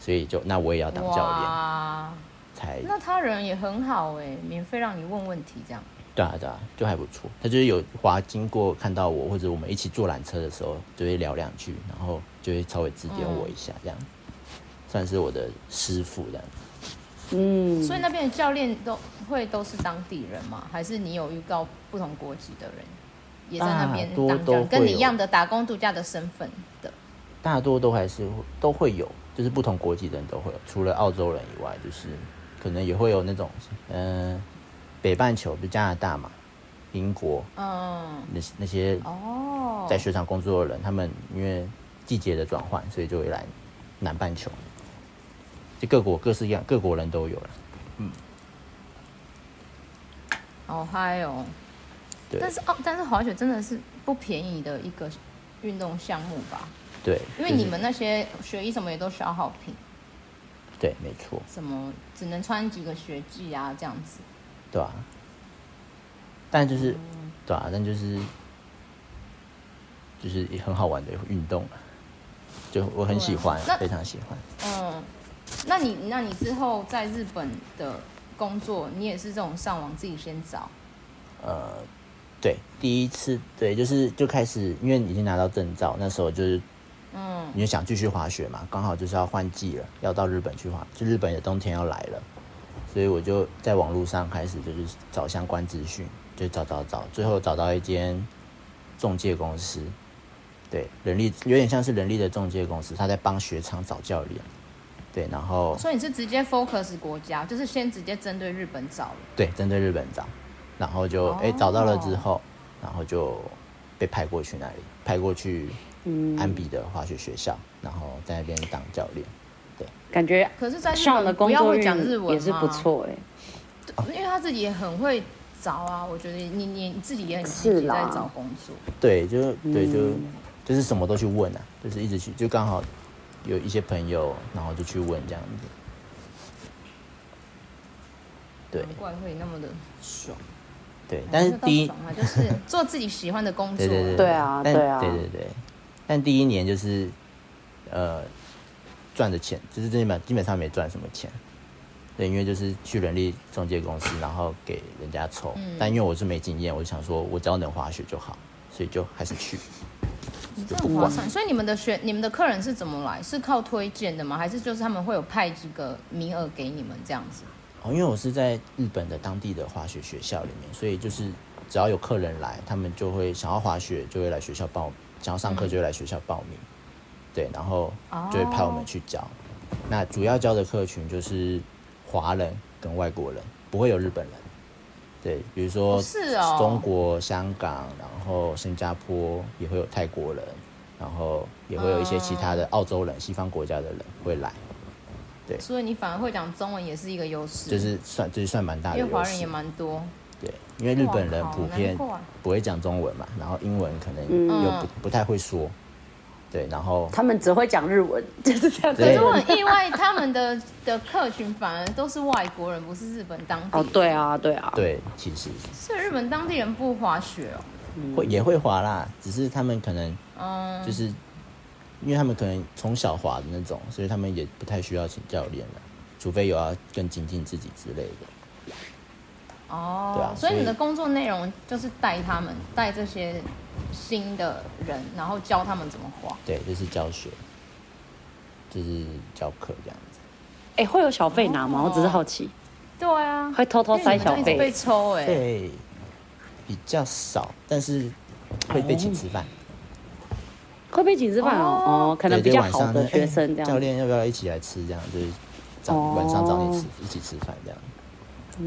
[SPEAKER 3] 所以就那我也要当教练
[SPEAKER 2] 哇，
[SPEAKER 3] 才
[SPEAKER 2] 那他人也很好哎、免费让你问问题这样。
[SPEAKER 3] 对啊对啊，就还不错。他就是有滑经过看到我或者我们一起坐缆车的时候，就会聊两句，然后就会稍微指点我一下，这样、算是我的师傅这样子。
[SPEAKER 1] 嗯，
[SPEAKER 2] 所以那边的教练都会都是当地人吗？还是你有遇到不同国籍的人也在那边
[SPEAKER 3] 大
[SPEAKER 2] 当
[SPEAKER 3] 啊多
[SPEAKER 2] 教
[SPEAKER 3] 都会
[SPEAKER 2] 练，跟你
[SPEAKER 3] 有
[SPEAKER 2] 一样的打工度假的身份的？
[SPEAKER 3] 大多都还是会都会有，就是不同国籍的人都会有，除了澳洲人以外，就是可能也会有那种，嗯、北半球，比如加拿大嘛，英国
[SPEAKER 2] 嗯，
[SPEAKER 3] 那那些
[SPEAKER 2] 哦，
[SPEAKER 3] 在雪场工作的人，他们因为季节的转换，所以就会来南半球，就各国各式各样，各国人都有了。
[SPEAKER 2] 好嗨哦！
[SPEAKER 3] 对
[SPEAKER 2] 但是哦，但是滑雪真的是不便宜的一个运动项目吧？
[SPEAKER 3] 对，
[SPEAKER 2] 因为
[SPEAKER 3] 就是
[SPEAKER 2] 你们那些学医什么也都消耗品，
[SPEAKER 3] 对，没错，
[SPEAKER 2] 什么只能穿几个雪具啊这样子。
[SPEAKER 3] 对啊。但就是，
[SPEAKER 2] 嗯
[SPEAKER 3] 对啊，但就是，就是也很好玩的运动啊，就我很喜欢
[SPEAKER 2] 对啊那，
[SPEAKER 3] 非常喜欢。
[SPEAKER 2] 嗯，那你那你之后在日本的工作，你也是这种上网自己先找？
[SPEAKER 3] 呃，对，第一次对，就是就开始，因为已经拿到证照，那时候就是
[SPEAKER 2] 嗯，
[SPEAKER 3] 你就想继续滑雪嘛，刚好就是要换季了，要到日本去滑，就日本的冬天要来了，所以我就在网络上开始就是找相关资讯，就找找找，最后找到一间中介公司，对，人力有点像是人力的中介公司，他在帮雪场找教练，对，然后
[SPEAKER 2] 所以你是直接 focus 国家，就是先直接针对日本找了。
[SPEAKER 3] 对，针对日本找，然后就
[SPEAKER 2] 哦
[SPEAKER 3] 哎、诶找到了之后，然后就被派过去那里，派过去
[SPEAKER 1] 嗯
[SPEAKER 3] 安比的滑雪学校，然后在那边当教练。
[SPEAKER 1] 感觉
[SPEAKER 2] 可是，在日
[SPEAKER 1] 上的
[SPEAKER 2] 本
[SPEAKER 1] 工
[SPEAKER 2] 不要
[SPEAKER 1] 作
[SPEAKER 2] 会
[SPEAKER 1] 日
[SPEAKER 2] 讲日文
[SPEAKER 1] 也是
[SPEAKER 2] 嘛
[SPEAKER 1] 不，错哎，
[SPEAKER 2] 对因为他自己也很会找啊。我觉得你你你自己也很积
[SPEAKER 1] 是
[SPEAKER 2] 极
[SPEAKER 1] 啦
[SPEAKER 2] 在找工作。
[SPEAKER 3] 对，就对，就
[SPEAKER 2] 嗯
[SPEAKER 3] 就是什么都去问啊，就是一直去，就刚好有一些朋友，然后就去问这样子。对
[SPEAKER 2] 难怪会那么的爽。
[SPEAKER 3] 对，但是第一
[SPEAKER 2] 啊， 就是做自己喜欢的工作。
[SPEAKER 3] 对对对
[SPEAKER 1] 对啊
[SPEAKER 3] 但
[SPEAKER 1] 对啊
[SPEAKER 3] 对对对，但第一年就是呃赚的钱，就是基本基本上没赚什么钱，对，因为就是去人力中介公司，然后给人家抽，但因为我是没经验，我就想说我只要能滑雪就好，所以就还是去。
[SPEAKER 2] 这很划算。所以你们的学、你们的客人是怎么来？是靠推荐的吗？还是就是他们会有派几个名额给你们这样子？
[SPEAKER 3] 哦，因为我是在日本的当地的滑雪学校里面，所以就是只要有客人来，他们就会想要滑雪，就会来学校报，想要上
[SPEAKER 2] 嗯
[SPEAKER 3] 课就会来学校报名，对，然后就会派
[SPEAKER 2] 哦
[SPEAKER 3] 我们去教。那主要教的客群就是华人跟外国人，不会有日本人。对，比如说
[SPEAKER 2] 哦是哦
[SPEAKER 3] 中国、香港，然后新加坡也会有泰国人，然后也会有一些其他的
[SPEAKER 2] 哦
[SPEAKER 3] 澳洲人、西方国家的人会来，
[SPEAKER 2] 所以你反而会讲中文也是一个优势，
[SPEAKER 3] 就是算就是算蛮大的
[SPEAKER 2] 因为
[SPEAKER 3] 优势。
[SPEAKER 2] 华人也蛮多。
[SPEAKER 3] 对，因为日本人
[SPEAKER 2] 哇靠
[SPEAKER 3] 普遍
[SPEAKER 2] 难怪
[SPEAKER 3] 不会讲中文嘛，然后英文可能又
[SPEAKER 2] 嗯
[SPEAKER 3] 不、不太会说，对，然后
[SPEAKER 1] 他们只会讲日文， 就是这样子。
[SPEAKER 2] 可
[SPEAKER 3] 对
[SPEAKER 2] 是我很意外，他们的的客群反而都是外国人，不是日本当地。
[SPEAKER 1] 哦，对，啊，对啊，
[SPEAKER 3] 对，其实
[SPEAKER 2] 所以日本当地人不滑雪哦。
[SPEAKER 3] 会也会滑啦，只是他们可能
[SPEAKER 2] 嗯，
[SPEAKER 3] 就是、因为他们可能从小滑的那种，所以他们也不太需要请教练了，除非有要更精进自己之类的。
[SPEAKER 2] 哦，
[SPEAKER 3] 对啊
[SPEAKER 2] 所以
[SPEAKER 3] 所以
[SPEAKER 2] 你的工作内容就是带他们，带这些新的人，然后教他们怎么滑。
[SPEAKER 3] 对，就是教学，就是教课这样子。
[SPEAKER 1] 哎、会有小费拿吗？我只是好奇，
[SPEAKER 2] 对啊，
[SPEAKER 1] 会偷偷塞小
[SPEAKER 2] 哦因为你们就一直被
[SPEAKER 1] 费。
[SPEAKER 2] 抽哎、
[SPEAKER 3] 对，比较少，但是会被请吃饭。
[SPEAKER 1] 会被请吃饭哦，哦，可能
[SPEAKER 3] 对
[SPEAKER 1] 比
[SPEAKER 3] 就
[SPEAKER 1] 较
[SPEAKER 3] 晚
[SPEAKER 1] 好
[SPEAKER 3] 上
[SPEAKER 1] 的
[SPEAKER 3] 呢
[SPEAKER 1] 学
[SPEAKER 3] 哎
[SPEAKER 1] 生这
[SPEAKER 3] 教
[SPEAKER 1] 样。
[SPEAKER 3] 练要不要一起来吃？这样就是找、
[SPEAKER 1] 哦
[SPEAKER 3] 晚上找你吃，一起吃饭这样。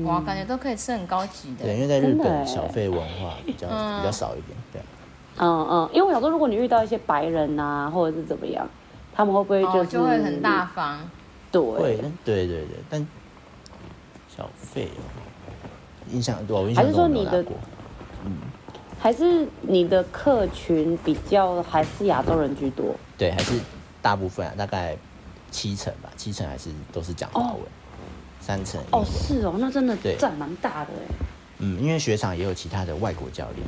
[SPEAKER 2] 哇，感觉都可以吃很高级的。
[SPEAKER 3] 对，因为在日
[SPEAKER 1] 真的
[SPEAKER 3] 本
[SPEAKER 1] 哎
[SPEAKER 3] 小费文化比较、比较少一点，对。
[SPEAKER 1] 嗯嗯，因为我想说，如果你遇到一些白人啊，或者是怎么样，他们会不会
[SPEAKER 2] 哦，
[SPEAKER 1] 是、
[SPEAKER 2] 就会很大？方。
[SPEAKER 1] 对
[SPEAKER 3] 会，，但对对对，但小费哦印象对我印
[SPEAKER 1] 还
[SPEAKER 3] 象
[SPEAKER 1] 是
[SPEAKER 3] 中我
[SPEAKER 1] 说
[SPEAKER 3] 没有
[SPEAKER 1] 你
[SPEAKER 3] 拿
[SPEAKER 1] 的
[SPEAKER 3] 过。
[SPEAKER 1] 还是你的客群比较还是亚洲人居多？
[SPEAKER 3] 对，还是大部分啊，大概七成吧，七成还是都是讲华文，三成英
[SPEAKER 1] 哦，
[SPEAKER 3] 文。
[SPEAKER 1] 是哦，那真的
[SPEAKER 3] 对
[SPEAKER 1] 占蛮大的哎。
[SPEAKER 3] 嗯，因为雪场也有其他的外国教练，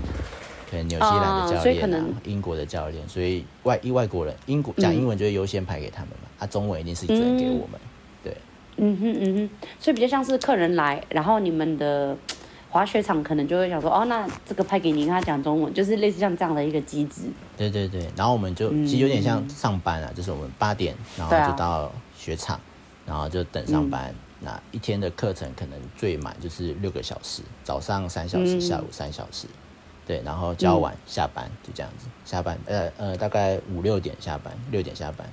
[SPEAKER 3] 对，纽西兰的
[SPEAKER 1] 啊
[SPEAKER 3] 教
[SPEAKER 1] 所以可
[SPEAKER 3] 练啊
[SPEAKER 1] 能，嗯
[SPEAKER 3] 英国的教练，所以外一外国人，英国讲英文就会优先排给他们嘛，啊，中文一定是只能给我们，对，
[SPEAKER 1] 嗯哼嗯哼，所以比较像是客人来，然后你们的滑雪场可能就会想说，哦，那这个派给你，跟他讲中文，就是类似像这样的一个机制。
[SPEAKER 3] 对对对，然后我们就、其实有点像上班啊，就是我们八点，然
[SPEAKER 1] 嗯
[SPEAKER 3] 后
[SPEAKER 1] 对啊
[SPEAKER 3] 就到雪场，然后就等上班。
[SPEAKER 1] 嗯
[SPEAKER 3] 那一天的课程可能最满就是六个小时，早上三小
[SPEAKER 1] 嗯
[SPEAKER 3] 时，下午三小时，对，然后教完、下班就这样子，下班呃呃大概五六点下班，六点下班，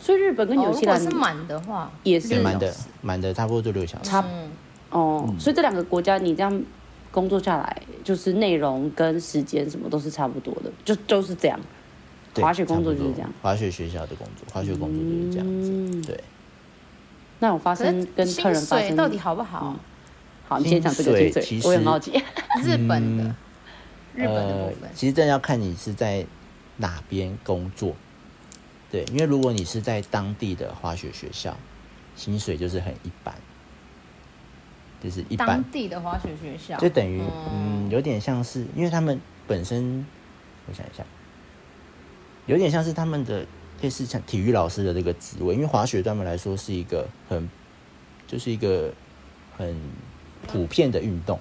[SPEAKER 1] 所以日本跟
[SPEAKER 2] 哦，
[SPEAKER 1] 纽
[SPEAKER 2] 如
[SPEAKER 1] 西
[SPEAKER 2] 果
[SPEAKER 1] 兰
[SPEAKER 2] 是满的话，
[SPEAKER 1] 也是
[SPEAKER 3] 也
[SPEAKER 2] 六
[SPEAKER 3] 满
[SPEAKER 2] 小
[SPEAKER 3] 的
[SPEAKER 2] 时
[SPEAKER 3] 满的差不多就六小时，
[SPEAKER 1] 差
[SPEAKER 2] 嗯，
[SPEAKER 1] 哦，所以这两个国家你这样工作下来，就是内容跟时间什么都是差不多的，就都是这样。
[SPEAKER 3] 对
[SPEAKER 1] 滑雪工作
[SPEAKER 3] 差不
[SPEAKER 1] 就
[SPEAKER 3] 多
[SPEAKER 1] 是这样。嗯
[SPEAKER 3] 滑雪学校的工作，滑雪工作就是这样子，对。
[SPEAKER 1] 那有发
[SPEAKER 2] 可
[SPEAKER 1] 生
[SPEAKER 2] 是
[SPEAKER 1] 跟客
[SPEAKER 2] 薪
[SPEAKER 1] 人发
[SPEAKER 2] 水
[SPEAKER 1] 生
[SPEAKER 2] 到底好不好？
[SPEAKER 3] 嗯
[SPEAKER 1] 好？你先讲这个
[SPEAKER 3] 薪
[SPEAKER 1] 薪
[SPEAKER 3] 水
[SPEAKER 1] 水，
[SPEAKER 3] 其
[SPEAKER 1] 我也
[SPEAKER 3] 实
[SPEAKER 1] 很好奇。
[SPEAKER 2] 日本的，日本的部分
[SPEAKER 3] 呃。其实真的要看你是在哪边工作，对，因为如果你是在当地的滑雪学校，薪水就是很一般，就是一般
[SPEAKER 2] 当，地的滑雪学校哦
[SPEAKER 3] 就等于嗯，有点像是，因为他们本身，我想一下，有点像是他们的类似像体育老师的这个职位，因为滑雪对他们来说是一个很，就是一个很普遍的运动。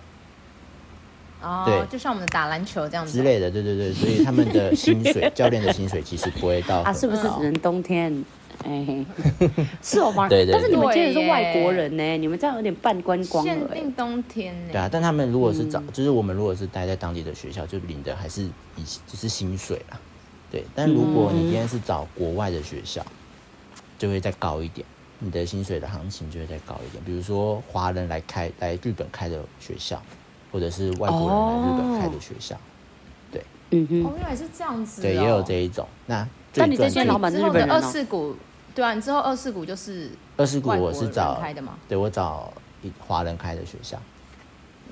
[SPEAKER 2] 哦
[SPEAKER 3] 对，
[SPEAKER 2] 就像我们的打篮球这样子
[SPEAKER 3] 之类的，对对对，所以他们的薪 水，教练的薪水其实不会到
[SPEAKER 1] 啊，是不是
[SPEAKER 2] 嗯
[SPEAKER 3] 很高
[SPEAKER 1] 只能冬天？哎、嘿是哦吗？
[SPEAKER 3] 对对
[SPEAKER 1] 但是你们
[SPEAKER 2] 对
[SPEAKER 1] 竟然是
[SPEAKER 2] 耶
[SPEAKER 1] 外国人呢、你们这样有点半观光了、
[SPEAKER 2] 限
[SPEAKER 1] 哎
[SPEAKER 2] 定冬天呢、
[SPEAKER 3] 对啊，但他们如果是找，就是我们如果是待在当地的学校，就领的还是以就是薪水啦。对，但如果你今天是找国外的学校，就会再高一点，你的薪水的行情就会再高一点。比如说华人来开来日本开的学校，或者是外国人来日本开的学校，
[SPEAKER 1] 嗯哼，
[SPEAKER 2] 哦，原来是这样子、哦。
[SPEAKER 3] 对，也有这一种。那最
[SPEAKER 1] 但你这
[SPEAKER 3] 赚
[SPEAKER 1] 些
[SPEAKER 3] 最
[SPEAKER 1] 老板
[SPEAKER 2] 之
[SPEAKER 1] 是
[SPEAKER 2] 后
[SPEAKER 1] 日本
[SPEAKER 2] 的
[SPEAKER 1] 人
[SPEAKER 2] 二
[SPEAKER 1] 哦。
[SPEAKER 2] 四股，对啊，你之后二四股就是
[SPEAKER 3] 二世谷，我
[SPEAKER 2] 外国
[SPEAKER 3] 是
[SPEAKER 2] 人
[SPEAKER 3] 找
[SPEAKER 2] 开的吗
[SPEAKER 3] 对我找一华人开的学校。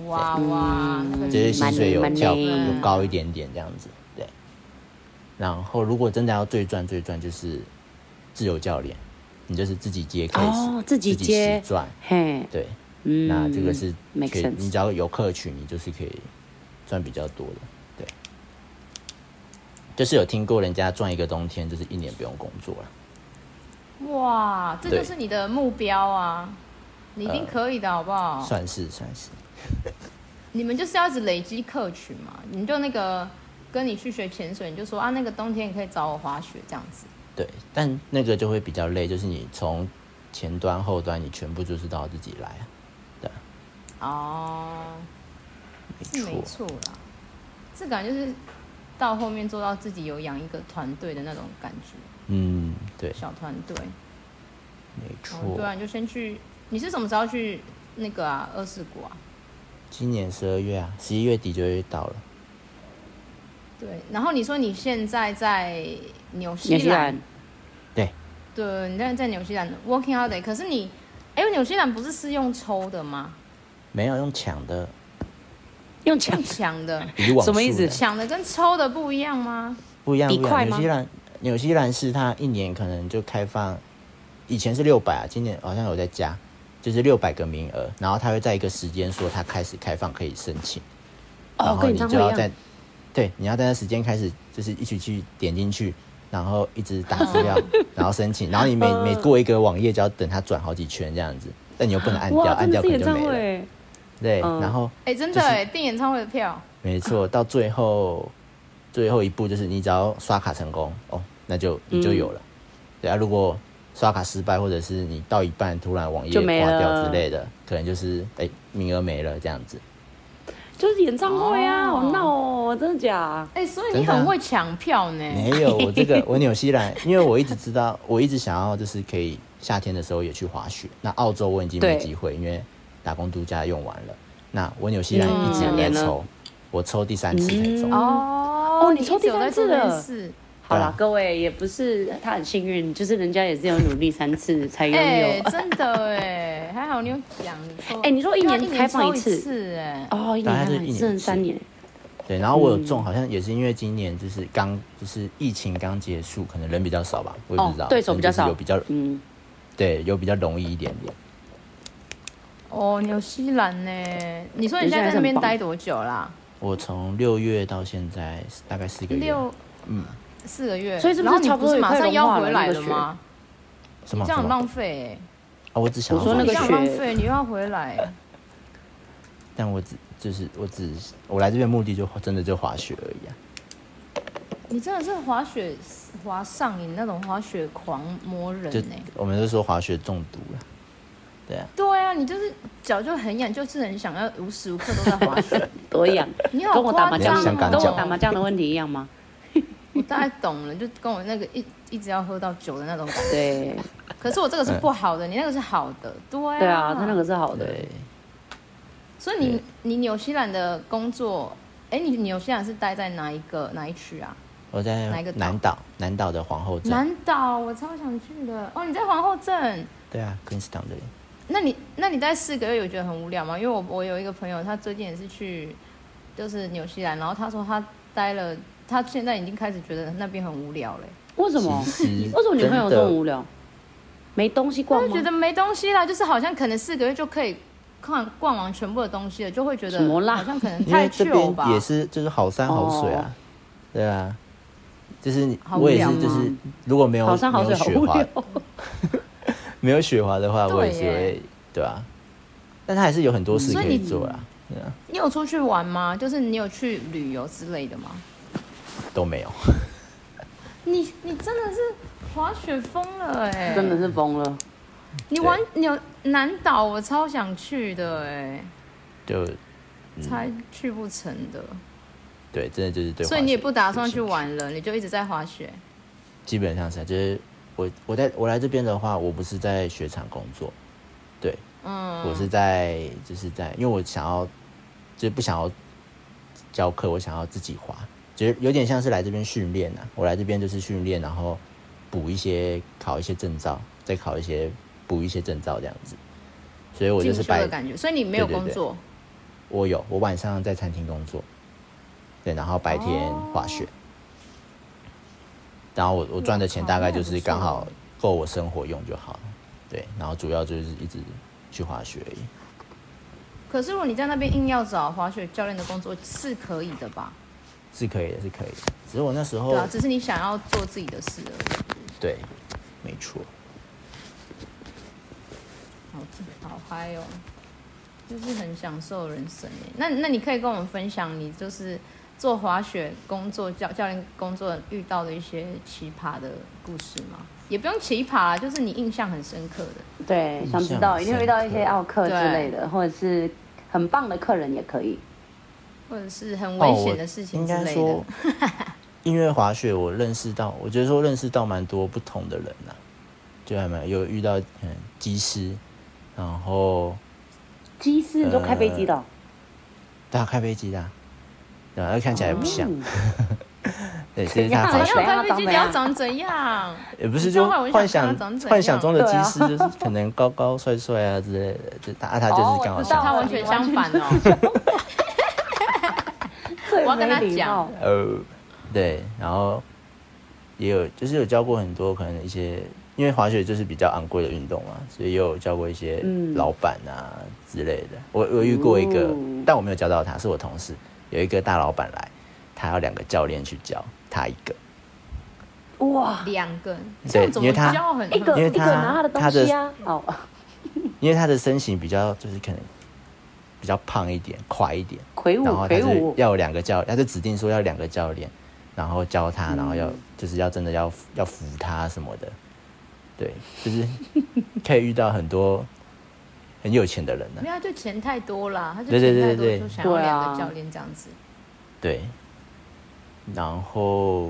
[SPEAKER 2] 哇哇，
[SPEAKER 3] 嗯
[SPEAKER 2] 那个
[SPEAKER 3] 就是薪水有
[SPEAKER 1] Money,
[SPEAKER 3] 较
[SPEAKER 1] money
[SPEAKER 3] 有高一点点这样子，对。然后如果真的要最赚最赚，就是自由教练，你就是自己接 case，、
[SPEAKER 1] 哦自己接
[SPEAKER 3] 实赚，
[SPEAKER 1] 嘿，
[SPEAKER 3] 对。
[SPEAKER 1] 嗯，
[SPEAKER 3] 那这个是
[SPEAKER 1] make
[SPEAKER 3] 可以，你
[SPEAKER 1] sense
[SPEAKER 3] 只要有客群，你就是可以赚比较多的，对。就是有听过人家赚一个冬天，就是一年不用工作了。
[SPEAKER 2] 哇，这
[SPEAKER 3] 对呃
[SPEAKER 2] 就是你的目标啊！你一定可以的，好不好？
[SPEAKER 3] 算是算是，
[SPEAKER 2] 你们就是要一直累积客群嘛。你就那个跟你去学潜水，你就说啊，那个冬天你可以找我滑雪这样子。
[SPEAKER 3] 对，但那个就会比较累，就是你从前端后端你全部就是都要自己来啊，
[SPEAKER 2] 哦，
[SPEAKER 3] 没
[SPEAKER 2] 是
[SPEAKER 3] 错
[SPEAKER 2] 嗯没，错啦。这感觉就是到后面做到自己有养一个团队的那种感觉，
[SPEAKER 3] 嗯，对，
[SPEAKER 2] 小团队。
[SPEAKER 3] 没错。
[SPEAKER 2] 哦，对啊，你就先去。你是什么时候去那个啊？二世国啊？
[SPEAKER 3] 今年十二月啊，十一月底就会到了。
[SPEAKER 2] 对，然后你说你现在在纽
[SPEAKER 1] 纽
[SPEAKER 2] 西
[SPEAKER 1] 西
[SPEAKER 2] 兰
[SPEAKER 1] 兰，
[SPEAKER 3] 对，
[SPEAKER 2] 对，你在在纽西兰 working holiday，可是你，哎，纽西兰不是是用抽的吗？
[SPEAKER 3] 没有用抢的，
[SPEAKER 1] 用抢
[SPEAKER 2] 用抢的，
[SPEAKER 3] 以往
[SPEAKER 1] 什么意思
[SPEAKER 3] 数的
[SPEAKER 2] 抢的跟抽的不一样吗？
[SPEAKER 3] 不一样，
[SPEAKER 1] 比
[SPEAKER 3] 不一
[SPEAKER 1] 快
[SPEAKER 3] 样。
[SPEAKER 1] 吗
[SPEAKER 3] 纽西兰，纽西兰是它一年可能就开放，以前是六百啊，今年好像有在加，就是六百个名额，然后它会在一个时间说它开始开放可以申请，然
[SPEAKER 1] 哦，
[SPEAKER 3] 后
[SPEAKER 1] 跟
[SPEAKER 3] 你
[SPEAKER 1] 演唱
[SPEAKER 3] 就
[SPEAKER 1] 会一
[SPEAKER 3] 要
[SPEAKER 1] 样
[SPEAKER 3] 在，，对，你要在那时间开始就是一起去点进去，然后一直打 资料，然后申请，然后你
[SPEAKER 1] 嗯
[SPEAKER 3] 每每过一个网页就要等它转好几圈这样子，但你又不能按掉，
[SPEAKER 1] 哇，
[SPEAKER 3] 按
[SPEAKER 1] 真
[SPEAKER 3] 掉
[SPEAKER 1] 的
[SPEAKER 3] 可
[SPEAKER 1] 是演
[SPEAKER 3] 能就
[SPEAKER 1] 唱
[SPEAKER 3] 没了，
[SPEAKER 1] 会，
[SPEAKER 3] 对，
[SPEAKER 1] 嗯
[SPEAKER 3] 然后。
[SPEAKER 2] 哎，真的
[SPEAKER 3] 就是
[SPEAKER 2] 哎，订演唱会的票，
[SPEAKER 3] 没错，到最后最后一步就是你只要刷卡成功哦，那就你就有了。
[SPEAKER 1] 嗯
[SPEAKER 3] 对啊，如果刷卡失败，或者是你到一半突然网页
[SPEAKER 1] 就
[SPEAKER 3] 挂
[SPEAKER 1] 没了
[SPEAKER 3] 掉之类的，可能就是哎、名额没了这样子。
[SPEAKER 1] 就是演唱会啊，
[SPEAKER 2] 哦
[SPEAKER 1] 好闹哦，真的假？
[SPEAKER 2] 哎，所以你
[SPEAKER 3] 真的啊
[SPEAKER 2] 很会抢票
[SPEAKER 1] 哎
[SPEAKER 2] 呢。
[SPEAKER 3] 没有，我这 个我纽西兰，因为我一直知道，我一直想要就是可以夏天的时候也去滑雪。那澳洲我已经没
[SPEAKER 1] 对
[SPEAKER 3] 机会，因为打工度假用完了。那我纽西兰
[SPEAKER 2] 嗯
[SPEAKER 3] 一直
[SPEAKER 1] 两
[SPEAKER 3] 有在
[SPEAKER 1] 年了
[SPEAKER 3] 抽，我抽第三次才中。
[SPEAKER 1] 嗯
[SPEAKER 2] 哦
[SPEAKER 1] 哦你抽
[SPEAKER 2] 一直有
[SPEAKER 1] 第三
[SPEAKER 2] 在做
[SPEAKER 1] 次
[SPEAKER 2] 这件
[SPEAKER 1] 了
[SPEAKER 2] 事
[SPEAKER 1] 好
[SPEAKER 3] 对
[SPEAKER 1] 啦
[SPEAKER 3] 啊，
[SPEAKER 1] 各位也不是他很幸运，就是人家也是有努力三次才拥
[SPEAKER 2] 哎，
[SPEAKER 1] 有。
[SPEAKER 2] 真的哎，还好你有讲，你抽
[SPEAKER 1] 哎你说一年
[SPEAKER 2] 对啊
[SPEAKER 1] 开放
[SPEAKER 2] 抽
[SPEAKER 1] 一
[SPEAKER 2] 一
[SPEAKER 1] 次
[SPEAKER 2] 哎，
[SPEAKER 1] 哦，一
[SPEAKER 3] 对
[SPEAKER 1] 年
[SPEAKER 3] 他是
[SPEAKER 1] 看
[SPEAKER 3] 一年
[SPEAKER 1] 剩
[SPEAKER 3] 一次
[SPEAKER 1] 三年，
[SPEAKER 3] 对，然后
[SPEAKER 1] 嗯
[SPEAKER 3] 我有中，好像也是因为今年就是刚就是疫情刚结束，可能人比较少吧，我也不
[SPEAKER 1] 哦
[SPEAKER 3] 知道，，
[SPEAKER 1] 对手
[SPEAKER 3] 可
[SPEAKER 1] 比
[SPEAKER 3] 能
[SPEAKER 1] 较
[SPEAKER 3] 就是
[SPEAKER 1] 少，
[SPEAKER 3] 有比较
[SPEAKER 1] 嗯，
[SPEAKER 3] 对有比较容易一点点。
[SPEAKER 2] 哦，纽西兰呢？你说你现在在那边待多久啦？
[SPEAKER 3] 我从六月到现在大概四个月，
[SPEAKER 2] 六，嗯，四个月。
[SPEAKER 1] 所以是不是
[SPEAKER 2] 然后你
[SPEAKER 1] 差不多
[SPEAKER 2] 是
[SPEAKER 1] 也
[SPEAKER 2] 马
[SPEAKER 1] 快
[SPEAKER 2] 上
[SPEAKER 1] 融
[SPEAKER 2] 要
[SPEAKER 1] 化
[SPEAKER 2] 回
[SPEAKER 1] 了
[SPEAKER 2] 来
[SPEAKER 1] 那
[SPEAKER 2] 了
[SPEAKER 1] 个
[SPEAKER 2] 吗？
[SPEAKER 3] 什么
[SPEAKER 2] 这样很
[SPEAKER 3] 什么啊、啊
[SPEAKER 2] 浪费
[SPEAKER 3] 我只想要
[SPEAKER 1] 我说
[SPEAKER 2] 哎，
[SPEAKER 1] 那
[SPEAKER 2] 你
[SPEAKER 1] 个
[SPEAKER 2] 这
[SPEAKER 3] 放
[SPEAKER 2] 样
[SPEAKER 3] 假
[SPEAKER 1] 雪
[SPEAKER 2] 浪费，你又要回来。
[SPEAKER 3] 但我只就是我只我来这边目的就真的就滑雪而已啊。
[SPEAKER 2] 你真的是滑雪滑上瘾那种滑雪狂魔人
[SPEAKER 3] 就
[SPEAKER 1] 嗯
[SPEAKER 2] 呢、
[SPEAKER 3] 我们就说滑雪中毒了，对啊，
[SPEAKER 2] 对啊，你就是脚就很痒，就是很想要无时无刻都在 滑雪。
[SPEAKER 1] 多 痒，
[SPEAKER 2] 你好
[SPEAKER 1] 跟我打麻
[SPEAKER 2] 夸张
[SPEAKER 1] 将
[SPEAKER 2] 哦！
[SPEAKER 3] 你想赶
[SPEAKER 1] 跟我
[SPEAKER 3] 脚
[SPEAKER 1] 打麻将的问题一样吗？
[SPEAKER 2] 我大概懂了，就跟我那个一一直要喝到酒的那种感觉。
[SPEAKER 1] 对，
[SPEAKER 2] 可是我这个是不好的，你那个是好的。对啊，
[SPEAKER 1] 对啊，他那个是好的，
[SPEAKER 3] 对，
[SPEAKER 2] 所以你你纽西兰的工作，哎、你你纽西兰是待在哪一个哪一区啊？
[SPEAKER 3] 我在
[SPEAKER 2] 哪一个岛
[SPEAKER 3] 南岛南岛的皇后镇，
[SPEAKER 2] 南岛，我超想去的。哦，你在皇后镇，
[SPEAKER 3] 对啊，Queenstown 这里，
[SPEAKER 2] 那你那你待四个月有觉得很无聊吗？因为我我有一个朋友，他最近也是去就是纽西兰，然后他说他待了，他现在已经开始觉得那边很无聊嘞、
[SPEAKER 1] 为什么？
[SPEAKER 3] 其实嗯
[SPEAKER 1] 为什么女朋友这么
[SPEAKER 3] 真的
[SPEAKER 1] 无聊？没东西
[SPEAKER 2] 他
[SPEAKER 1] 逛
[SPEAKER 2] 就觉
[SPEAKER 1] 吗？
[SPEAKER 2] 得没东西啦，就是好像可能四个月就可以看逛完全部的东西了，就会觉得
[SPEAKER 1] 什么啦
[SPEAKER 2] 好像可 能
[SPEAKER 3] 因为
[SPEAKER 2] 太
[SPEAKER 3] 这
[SPEAKER 2] chill
[SPEAKER 3] 边
[SPEAKER 2] 吧。哦
[SPEAKER 3] 也是就是好山好水啊，对啊，就是你
[SPEAKER 2] 好啊
[SPEAKER 3] 我也
[SPEAKER 2] 无
[SPEAKER 3] 是
[SPEAKER 2] 聊
[SPEAKER 3] 就是
[SPEAKER 1] 吗
[SPEAKER 3] 如果没有
[SPEAKER 1] 好山好水，
[SPEAKER 3] 没
[SPEAKER 1] 好
[SPEAKER 3] 有雪
[SPEAKER 1] 无
[SPEAKER 3] 滑
[SPEAKER 1] 聊。
[SPEAKER 3] 没有雪滑的话，
[SPEAKER 2] 对
[SPEAKER 3] 我也是
[SPEAKER 2] 耶嗯
[SPEAKER 3] 会对啊，但它还是有很多事
[SPEAKER 2] 所以
[SPEAKER 3] 可以
[SPEAKER 2] 你
[SPEAKER 3] 做啦，对啊，
[SPEAKER 2] 你有出去玩吗？就是你有去旅游之类的吗？
[SPEAKER 3] 都没有，
[SPEAKER 2] 你你真的是滑雪疯了哎、
[SPEAKER 1] 真的是疯了，
[SPEAKER 2] 你玩你有南岛，我超想去的哎、
[SPEAKER 3] 就
[SPEAKER 2] 才去不成的。
[SPEAKER 3] 对，真的就是对滑雪有兴趣。
[SPEAKER 2] 所以你也不打算去玩了，你就一直在滑雪。
[SPEAKER 3] 基本上是啊，就是我我在我来这边的话，我不是在雪场工作，对，
[SPEAKER 2] 嗯，
[SPEAKER 3] 我是在就是在，因为我想要就是不想要教课，我想要自己滑，就是有点像是来这边训练啊。我来这边就是训练，然后补一些考一些证照，再考一些补一些证照这样子。所以我就
[SPEAKER 2] 进
[SPEAKER 3] 是
[SPEAKER 2] 修
[SPEAKER 3] 白
[SPEAKER 2] 的，感觉，所以你没有
[SPEAKER 3] 对对
[SPEAKER 2] 工
[SPEAKER 3] 对
[SPEAKER 2] 作。
[SPEAKER 3] 我有我晚上在餐厅工作，对，然后白天滑雪。然后我我赚的钱
[SPEAKER 2] 哦哇
[SPEAKER 3] 大概
[SPEAKER 2] 那很
[SPEAKER 3] 就
[SPEAKER 2] 不错欸
[SPEAKER 3] 是刚好够我生活用就好了，对，然后主要就是一直去滑雪而已。
[SPEAKER 2] 可是如果你在那边硬要找滑雪教练的工作是可以的吧？
[SPEAKER 3] 是可以的，是可以的。只是我那时候
[SPEAKER 2] 对啊，只是你想要做自己的事而已。
[SPEAKER 3] 对，没错。
[SPEAKER 2] 好好嗨哦，就是很享受人生耶那那你可以跟我们分享你就是做滑雪工作教教练工作遇到的一些奇葩的故事吗？也不用奇葩啦，就是你印象很深刻的。
[SPEAKER 1] 对，想知道一定会遇到一些奥客之类的，或者是很棒的客人也可以。
[SPEAKER 2] 或者是很
[SPEAKER 3] 哦，
[SPEAKER 2] 危
[SPEAKER 3] 我
[SPEAKER 2] 险的事情
[SPEAKER 3] 应
[SPEAKER 2] 之
[SPEAKER 3] 该
[SPEAKER 2] 类的
[SPEAKER 3] 说，音乐滑雪我认识到，我觉得说认识到蛮多不同的人呐、就还蛮有遇到嗯技师，然后
[SPEAKER 1] 机师，你说开飞机
[SPEAKER 3] 呃
[SPEAKER 1] 的哦、
[SPEAKER 3] 大家开飞机的、啊，对吧、啊？看起来也不像，
[SPEAKER 2] 哦
[SPEAKER 1] 嗯
[SPEAKER 3] 对，这
[SPEAKER 1] 怎
[SPEAKER 3] 是
[SPEAKER 1] 样
[SPEAKER 3] 他
[SPEAKER 1] 怎
[SPEAKER 3] 滑
[SPEAKER 2] 怎
[SPEAKER 3] 雪
[SPEAKER 1] 样
[SPEAKER 2] 样拍飞机你
[SPEAKER 1] 啊
[SPEAKER 2] 要长怎样？
[SPEAKER 3] 也不是
[SPEAKER 2] 你知道
[SPEAKER 3] 就
[SPEAKER 2] 吗我
[SPEAKER 3] 幻
[SPEAKER 2] 就想
[SPEAKER 3] 想
[SPEAKER 2] 看他长怎样
[SPEAKER 3] 幻想中的
[SPEAKER 1] 对
[SPEAKER 3] 技
[SPEAKER 1] 啊
[SPEAKER 3] 师，就是可能高高帅帅啊之类的，就他、啊、 他就是刚好
[SPEAKER 1] 哦我知
[SPEAKER 3] 像
[SPEAKER 1] 道
[SPEAKER 2] 他
[SPEAKER 1] 了
[SPEAKER 2] 完全相反哦。
[SPEAKER 1] 最
[SPEAKER 2] 我要跟他
[SPEAKER 1] 没礼
[SPEAKER 2] 讲
[SPEAKER 1] 貌
[SPEAKER 3] 呃，对，然后也有就是有教过很多可能一些，因为滑雪就是比较昂贵的运动嘛，所以也有教过一些
[SPEAKER 1] 嗯
[SPEAKER 3] 老板啊之类的。我我遇过一个，
[SPEAKER 1] 哦
[SPEAKER 3] 但我没有教到他，是我同事有一个大老板来，他要两个教练去教他一个，
[SPEAKER 1] 哇，
[SPEAKER 2] 两个，
[SPEAKER 3] 对
[SPEAKER 2] 这样怎
[SPEAKER 3] 因
[SPEAKER 2] 么
[SPEAKER 3] 为他
[SPEAKER 2] 教很
[SPEAKER 1] 一个
[SPEAKER 3] 因为
[SPEAKER 1] 一个
[SPEAKER 3] 他
[SPEAKER 1] 拿他的
[SPEAKER 3] 他
[SPEAKER 1] 东
[SPEAKER 3] 的
[SPEAKER 1] 西啊，哦，
[SPEAKER 3] 因为他的身形比较就是可能比较胖一点，快一点，
[SPEAKER 1] 魁梧
[SPEAKER 3] 然后他
[SPEAKER 1] 魁
[SPEAKER 3] 就
[SPEAKER 1] 梧，
[SPEAKER 3] 要有两个教，他就指定说要两个教练，然后教他，然后要、
[SPEAKER 2] 嗯
[SPEAKER 3] 就是要真的要要服他什么的，对，就是可以遇到很多很有钱的人啊呢、
[SPEAKER 2] 没有，他就钱太多啦，他就
[SPEAKER 3] 对对
[SPEAKER 2] 钱太
[SPEAKER 3] 对对
[SPEAKER 2] 多，就想要
[SPEAKER 1] 对啊
[SPEAKER 2] 两个教练这样子。
[SPEAKER 3] 对，然后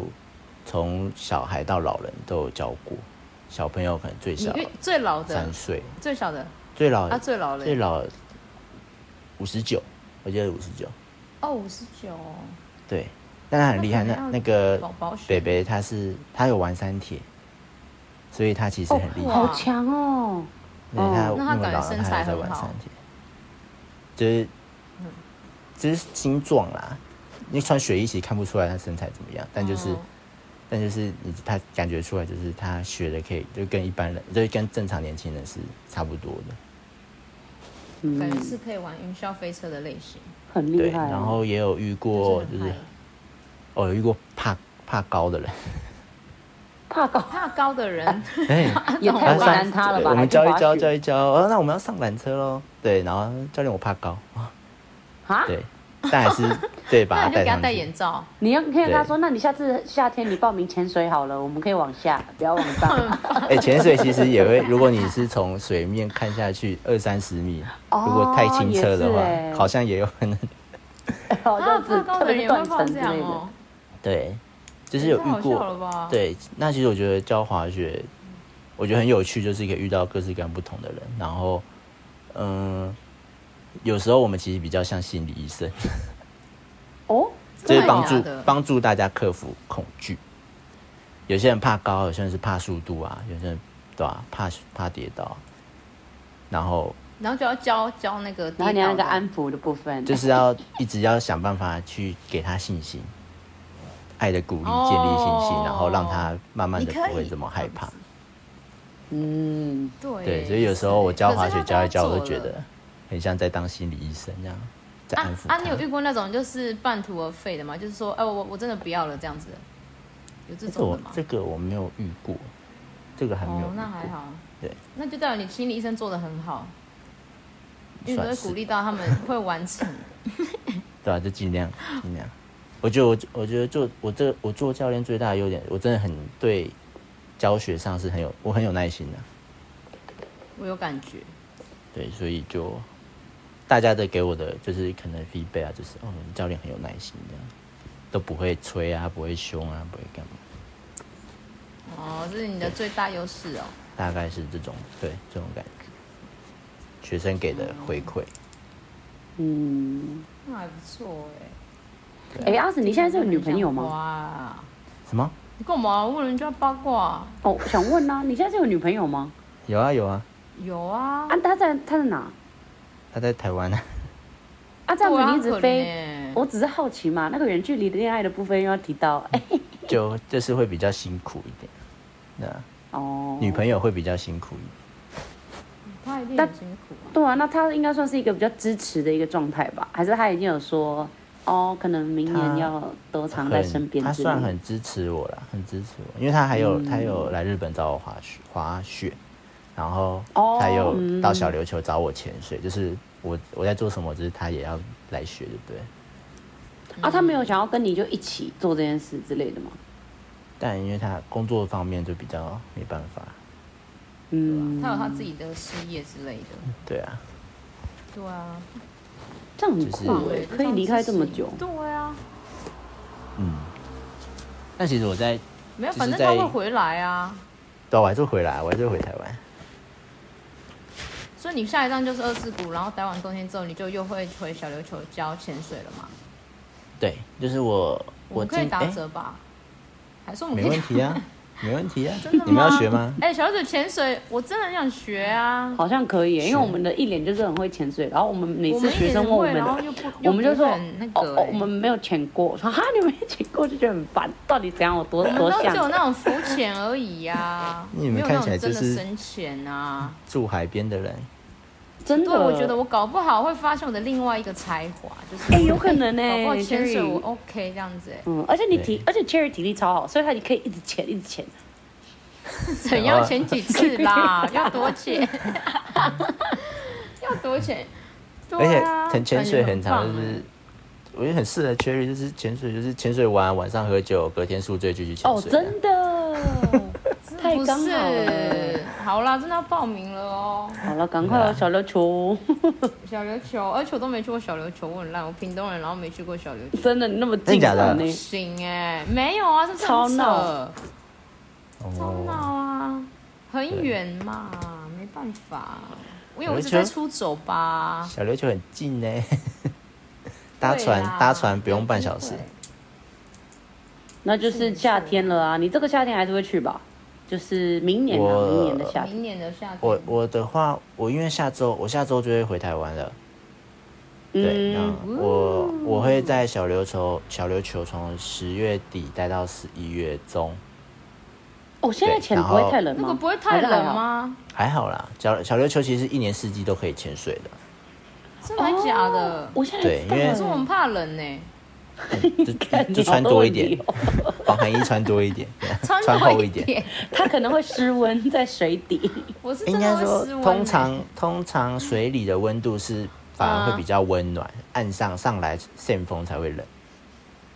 [SPEAKER 3] 从小孩到老人都有教过，小朋友可能最
[SPEAKER 2] 你
[SPEAKER 3] 小
[SPEAKER 2] 遇最老的
[SPEAKER 3] 三，岁，
[SPEAKER 2] 最小的，
[SPEAKER 3] 最老、
[SPEAKER 2] 啊，最老
[SPEAKER 3] 最
[SPEAKER 2] 的，
[SPEAKER 3] 老五十九，我记得五十九，
[SPEAKER 2] 哦，五十九，
[SPEAKER 3] 对，但他很厉害，
[SPEAKER 2] 那
[SPEAKER 3] 那
[SPEAKER 2] 可能要
[SPEAKER 3] 那个
[SPEAKER 2] 保保
[SPEAKER 3] 北
[SPEAKER 2] 险，
[SPEAKER 3] 北他是他有玩三铁，所以他其实
[SPEAKER 1] 哦
[SPEAKER 3] 很厉害。
[SPEAKER 1] 好强哦，
[SPEAKER 3] 对他
[SPEAKER 1] 哦
[SPEAKER 3] 那
[SPEAKER 2] 那他
[SPEAKER 3] 么
[SPEAKER 2] 感
[SPEAKER 3] 老
[SPEAKER 2] 觉
[SPEAKER 3] 了，
[SPEAKER 2] 身
[SPEAKER 3] 他
[SPEAKER 2] 材
[SPEAKER 3] 还在
[SPEAKER 2] 很
[SPEAKER 3] 玩
[SPEAKER 2] 好
[SPEAKER 3] 三铁，就是就是精壮啦。你穿雪衣其实看不出来他身材怎么样，但就是、
[SPEAKER 2] 哦
[SPEAKER 3] 但就是你他感觉出来，就是他学的可以就跟一般人，就跟正常年轻人是差不多的。
[SPEAKER 2] 感
[SPEAKER 1] 嗯，
[SPEAKER 2] 觉是可以玩云霄飞车的类型。
[SPEAKER 1] 很
[SPEAKER 3] 对，
[SPEAKER 1] 厉害哦。
[SPEAKER 3] 然后也有遇过就
[SPEAKER 2] 真的
[SPEAKER 3] 是
[SPEAKER 2] 很
[SPEAKER 3] 哦有遇过怕怕高的人，
[SPEAKER 1] 怕高
[SPEAKER 2] 怕高的人，
[SPEAKER 3] 哎。
[SPEAKER 1] 也太为难他了吧？
[SPEAKER 3] 我
[SPEAKER 1] 还
[SPEAKER 3] 们
[SPEAKER 1] 去
[SPEAKER 3] 教一
[SPEAKER 1] 滑
[SPEAKER 3] 教，
[SPEAKER 1] 雪
[SPEAKER 3] 教一教。哦，那我们要上缆车喽。对，然后教练我怕高，
[SPEAKER 1] 啊？
[SPEAKER 3] 对，但还是 对 把
[SPEAKER 2] 那
[SPEAKER 3] 他
[SPEAKER 2] 你就
[SPEAKER 3] 带
[SPEAKER 2] 给他
[SPEAKER 3] 上
[SPEAKER 2] 戴
[SPEAKER 3] 去。
[SPEAKER 2] 眼罩，
[SPEAKER 1] 你要可以跟他说，那你下次夏天你报名潜水好了，我们可以往下，不要往
[SPEAKER 2] 啊
[SPEAKER 1] 上。
[SPEAKER 3] 哎，潜水其实也会，如果你是从水面看下去二三十米，
[SPEAKER 1] 哦
[SPEAKER 3] 如果太清澈的
[SPEAKER 1] 也是
[SPEAKER 3] 话
[SPEAKER 1] 欸，
[SPEAKER 3] 好像也有 可能。
[SPEAKER 1] 好
[SPEAKER 2] 啊，
[SPEAKER 1] 像
[SPEAKER 2] 怕
[SPEAKER 1] 是
[SPEAKER 2] 高
[SPEAKER 1] 特
[SPEAKER 2] 的
[SPEAKER 1] 别是
[SPEAKER 2] 人也会
[SPEAKER 1] 断
[SPEAKER 2] 怕
[SPEAKER 1] 层之
[SPEAKER 2] 这样
[SPEAKER 1] 类的
[SPEAKER 2] 哦。，
[SPEAKER 3] 对，就是有
[SPEAKER 2] 太
[SPEAKER 3] 遇
[SPEAKER 1] 哎
[SPEAKER 2] 好笑了
[SPEAKER 3] 过。
[SPEAKER 2] 吧？，
[SPEAKER 3] 对，那其实我觉得教滑雪，我觉得很有趣，就是可以遇到各式各样不同的人。然后，嗯，有时候我们其实比较像心理医生。
[SPEAKER 1] 哦。
[SPEAKER 3] 就是帮
[SPEAKER 2] 真
[SPEAKER 3] 助
[SPEAKER 2] 的假的
[SPEAKER 3] 帮助大家克服恐惧。有些人怕高，有些人是怕速度啊，有些人对吧、怕怕跌倒，然后
[SPEAKER 2] 然后就要教教那个，
[SPEAKER 1] 然后你要那个，安抚的部分，
[SPEAKER 3] 就是 要一直要想办法去给他信心，爱的鼓励，
[SPEAKER 2] 哦
[SPEAKER 3] 建立信心，然后让他慢慢
[SPEAKER 2] 你
[SPEAKER 3] 的
[SPEAKER 2] 可以
[SPEAKER 3] 不会这么害怕。
[SPEAKER 1] 嗯，
[SPEAKER 2] 对
[SPEAKER 3] 对，所以有时候我教滑雪教一教，我
[SPEAKER 2] 会
[SPEAKER 3] 会觉得很像在当心理医生那样，在安
[SPEAKER 2] 啊
[SPEAKER 3] 抚他。
[SPEAKER 2] 啊！你有遇过那种就是半途而废的吗？就是说，哎、我我真的不要了这样子的，有这
[SPEAKER 3] 这个
[SPEAKER 2] 种
[SPEAKER 3] 我
[SPEAKER 2] 的吗？
[SPEAKER 3] 这个我没有遇过，这个还没有遇
[SPEAKER 2] 哦
[SPEAKER 3] 过，，
[SPEAKER 2] 那还好，
[SPEAKER 3] 对，
[SPEAKER 2] 那就代表你心理医生做的很好，因为你
[SPEAKER 3] 算
[SPEAKER 2] 都
[SPEAKER 3] 是
[SPEAKER 2] 会鼓励到他们 会完成。
[SPEAKER 3] 对啊，就尽量尽量。我觉得我我觉得做我这我做教练最大的优点，我真的很对教学上是很有我很有耐心的、
[SPEAKER 2] 我有感觉，
[SPEAKER 3] 对，所以就大家的给我的就是可能 feedback 啊，就是哦，你教练很有耐心这样，都不会催啊，不会凶啊，不会干嘛，
[SPEAKER 2] 哦，这是你的最大优势哦。
[SPEAKER 3] 大概是这种对这种感觉。学生给的回馈，
[SPEAKER 1] 嗯，
[SPEAKER 2] 那还不错哎、
[SPEAKER 1] 哎，阿紫，你现在是有女朋友
[SPEAKER 2] 啊
[SPEAKER 1] 吗？
[SPEAKER 2] 哇，
[SPEAKER 3] 什么？
[SPEAKER 2] 你干嘛啊问人家八卦？
[SPEAKER 1] 哦，我想问啊，你现在是有女朋友吗？
[SPEAKER 3] 有啊有啊，
[SPEAKER 2] 有啊，
[SPEAKER 1] 啊，她在她在哪？
[SPEAKER 3] 他在台湾啊，
[SPEAKER 1] 啊，这样
[SPEAKER 2] 对
[SPEAKER 1] 子
[SPEAKER 2] 啊
[SPEAKER 1] 你一直
[SPEAKER 2] 可怜
[SPEAKER 1] 飞，
[SPEAKER 2] 欸
[SPEAKER 1] 我只是好奇嘛，那个远距离的恋爱的部分又要提到，哎，
[SPEAKER 3] 就就是会比较辛苦一点，那啊
[SPEAKER 1] 哦，
[SPEAKER 3] 女朋友会比较辛苦一点。
[SPEAKER 2] 太一定很辛苦啊。
[SPEAKER 1] 对啊，那他应该算是一个比较支持的一个状态吧？还是他已经有说，哦，可能明年
[SPEAKER 3] 他
[SPEAKER 1] 要都常在身
[SPEAKER 3] 很，
[SPEAKER 1] 边
[SPEAKER 3] 他
[SPEAKER 1] 之类的？嗯
[SPEAKER 3] 算很支持我啦，很支持我，因为他还有、他有来日本找我滑雪滑雪，然后
[SPEAKER 1] 哦
[SPEAKER 3] 他有
[SPEAKER 1] 嗯
[SPEAKER 3] 到小琉球找我潜水，就是我我在做什么，就是他也要来学，对不对？
[SPEAKER 1] 啊，他没有想要跟你就一起做这件事之类的吗？
[SPEAKER 3] 啊但因为他工作方面就比较没办法，
[SPEAKER 1] 嗯，
[SPEAKER 2] 他有他自己的事业之类的。
[SPEAKER 3] 对啊，
[SPEAKER 2] 对啊，
[SPEAKER 1] 这样很酷
[SPEAKER 3] 就是
[SPEAKER 1] 哎、
[SPEAKER 2] 对
[SPEAKER 1] 可以离开这么久。
[SPEAKER 2] 对啊，
[SPEAKER 3] 嗯。但其实我在，
[SPEAKER 2] 没有，
[SPEAKER 3] 就是
[SPEAKER 2] 反正他
[SPEAKER 3] 在
[SPEAKER 2] 会回来啊。
[SPEAKER 3] 对啊，我还是回来，我还是回台湾。
[SPEAKER 2] 所以你下一站就是二世谷，然后待完冬天之后，你就又会回小琉球教潜水了嘛？
[SPEAKER 3] 对，就是我，
[SPEAKER 2] 我
[SPEAKER 3] 我
[SPEAKER 2] 们可以
[SPEAKER 3] 今
[SPEAKER 2] 打
[SPEAKER 3] 哎
[SPEAKER 2] 折吧？还是我们
[SPEAKER 3] 没
[SPEAKER 2] 可以
[SPEAKER 3] 问题啊，没问题啊。
[SPEAKER 2] 真的
[SPEAKER 3] 你们要学吗？
[SPEAKER 2] 哎、小琉球潜水，我真的很想学啊！
[SPEAKER 1] 好像可以欸耶、因为我
[SPEAKER 3] 是
[SPEAKER 1] 们的一脸就是很会潜水，然后我们每
[SPEAKER 2] 我
[SPEAKER 1] 次
[SPEAKER 2] 们一
[SPEAKER 1] 学
[SPEAKER 2] 点
[SPEAKER 1] 生
[SPEAKER 2] 都
[SPEAKER 1] 问我
[SPEAKER 2] 不会，
[SPEAKER 1] 们
[SPEAKER 2] 然后
[SPEAKER 1] 的，
[SPEAKER 2] 又不，
[SPEAKER 1] 我们就说
[SPEAKER 2] 又不很那
[SPEAKER 1] 哦
[SPEAKER 2] 个、
[SPEAKER 1] 哦
[SPEAKER 2] 哎，
[SPEAKER 1] 我们没有潜过，说哈你没潜过就觉得很烦，到底怎样？我多
[SPEAKER 2] 我
[SPEAKER 1] 多
[SPEAKER 2] 们都只有
[SPEAKER 1] 想
[SPEAKER 2] 那种浮潜而已呀、啊，
[SPEAKER 3] 你们
[SPEAKER 2] 没有那
[SPEAKER 3] 看起
[SPEAKER 2] 种
[SPEAKER 3] 来
[SPEAKER 2] 真的
[SPEAKER 3] 就是
[SPEAKER 2] 深潜啊。
[SPEAKER 3] 住海边的人，
[SPEAKER 1] 真
[SPEAKER 2] 对，
[SPEAKER 1] 的，
[SPEAKER 2] 我觉得我搞不好会发现我的另外一个才华，就是
[SPEAKER 1] 哎、有可能呢、
[SPEAKER 2] 搞不好潜水
[SPEAKER 1] Jerry
[SPEAKER 2] 我 OK 这样子、哎
[SPEAKER 1] 嗯，而且你体，而且 Cherry 体力超好，所以他你可以一直潜，一直潜。
[SPEAKER 2] 怎样前几次啦？ 要多钱？ 要多钱？
[SPEAKER 3] 而
[SPEAKER 2] 对
[SPEAKER 3] 且
[SPEAKER 2] 啊，
[SPEAKER 3] 潜潜
[SPEAKER 2] 感
[SPEAKER 3] 水
[SPEAKER 2] 觉很
[SPEAKER 3] 很
[SPEAKER 2] 棒
[SPEAKER 3] 长，就
[SPEAKER 2] 哎
[SPEAKER 3] 是我觉得很适合 Cherry，就是潜水，就是潜水完晚上喝酒，隔天宿醉继续潜
[SPEAKER 1] 哦，
[SPEAKER 3] 水。
[SPEAKER 1] 真的， 太
[SPEAKER 2] 不
[SPEAKER 1] 刚好
[SPEAKER 2] 是
[SPEAKER 1] 了。，
[SPEAKER 2] 好啦，真的要报名了哦。
[SPEAKER 1] 好了，赶快
[SPEAKER 3] 对
[SPEAKER 1] 哦，
[SPEAKER 3] 啊
[SPEAKER 1] 小琉球，
[SPEAKER 2] 小琉球，而且我都没去过小琉球，我很烂，我屏东人，然后没去过小琉球，
[SPEAKER 1] 真的你那么
[SPEAKER 3] 真
[SPEAKER 1] 近
[SPEAKER 3] 假的
[SPEAKER 1] 呢
[SPEAKER 2] 不？行哎、没有啊，这是
[SPEAKER 1] 超
[SPEAKER 2] 很扯
[SPEAKER 1] 闹
[SPEAKER 2] 超闹
[SPEAKER 3] 哦，
[SPEAKER 2] 啊，很远嘛，没办法，因为我一直
[SPEAKER 3] 小琉
[SPEAKER 2] 在
[SPEAKER 3] 球
[SPEAKER 2] 出走吧，
[SPEAKER 3] 小琉球很 近呢，搭船
[SPEAKER 2] 对啊啦
[SPEAKER 3] 搭船不用半小时
[SPEAKER 2] 有机。
[SPEAKER 1] 那就是夏天了啊，你这个夏天还是会去吧？就是明年啊，
[SPEAKER 3] 我
[SPEAKER 1] 明年的夏
[SPEAKER 2] 会
[SPEAKER 1] 天。
[SPEAKER 2] 明年的夏天，
[SPEAKER 3] 我我的话，我因为下周我下周就会回台湾了，对，那
[SPEAKER 1] 嗯，
[SPEAKER 3] 我我会在小琉球小琉球从十月底待到十一月中，
[SPEAKER 1] 哦，现在
[SPEAKER 3] 对
[SPEAKER 1] 潜
[SPEAKER 3] 然
[SPEAKER 1] 不会
[SPEAKER 3] 后
[SPEAKER 1] 太冷吗？
[SPEAKER 2] 那个不会太冷？吗？
[SPEAKER 3] 还好啦。小小琉球其实一年四季都可以潜水的。
[SPEAKER 2] 真的还假的？
[SPEAKER 1] 哦
[SPEAKER 3] 哦
[SPEAKER 1] 我现在
[SPEAKER 3] 对因为
[SPEAKER 2] 可是我很怕冷呢、
[SPEAKER 3] 就
[SPEAKER 1] 哦
[SPEAKER 3] 就就穿多一点
[SPEAKER 1] 好多，
[SPEAKER 3] 防寒衣穿多一点，
[SPEAKER 2] 哦穿
[SPEAKER 3] 穿
[SPEAKER 2] 多
[SPEAKER 3] 厚
[SPEAKER 2] 一
[SPEAKER 3] 点。
[SPEAKER 2] 点，
[SPEAKER 1] 它可能会失温在水底。
[SPEAKER 2] 我是
[SPEAKER 3] 应
[SPEAKER 2] 真
[SPEAKER 3] 该
[SPEAKER 2] 的会
[SPEAKER 3] 说
[SPEAKER 2] 失温、，欸。嗯
[SPEAKER 3] 通常通常水里的温度是反而
[SPEAKER 2] 啊
[SPEAKER 3] 会比较温暖，岸上上来扇风才会冷。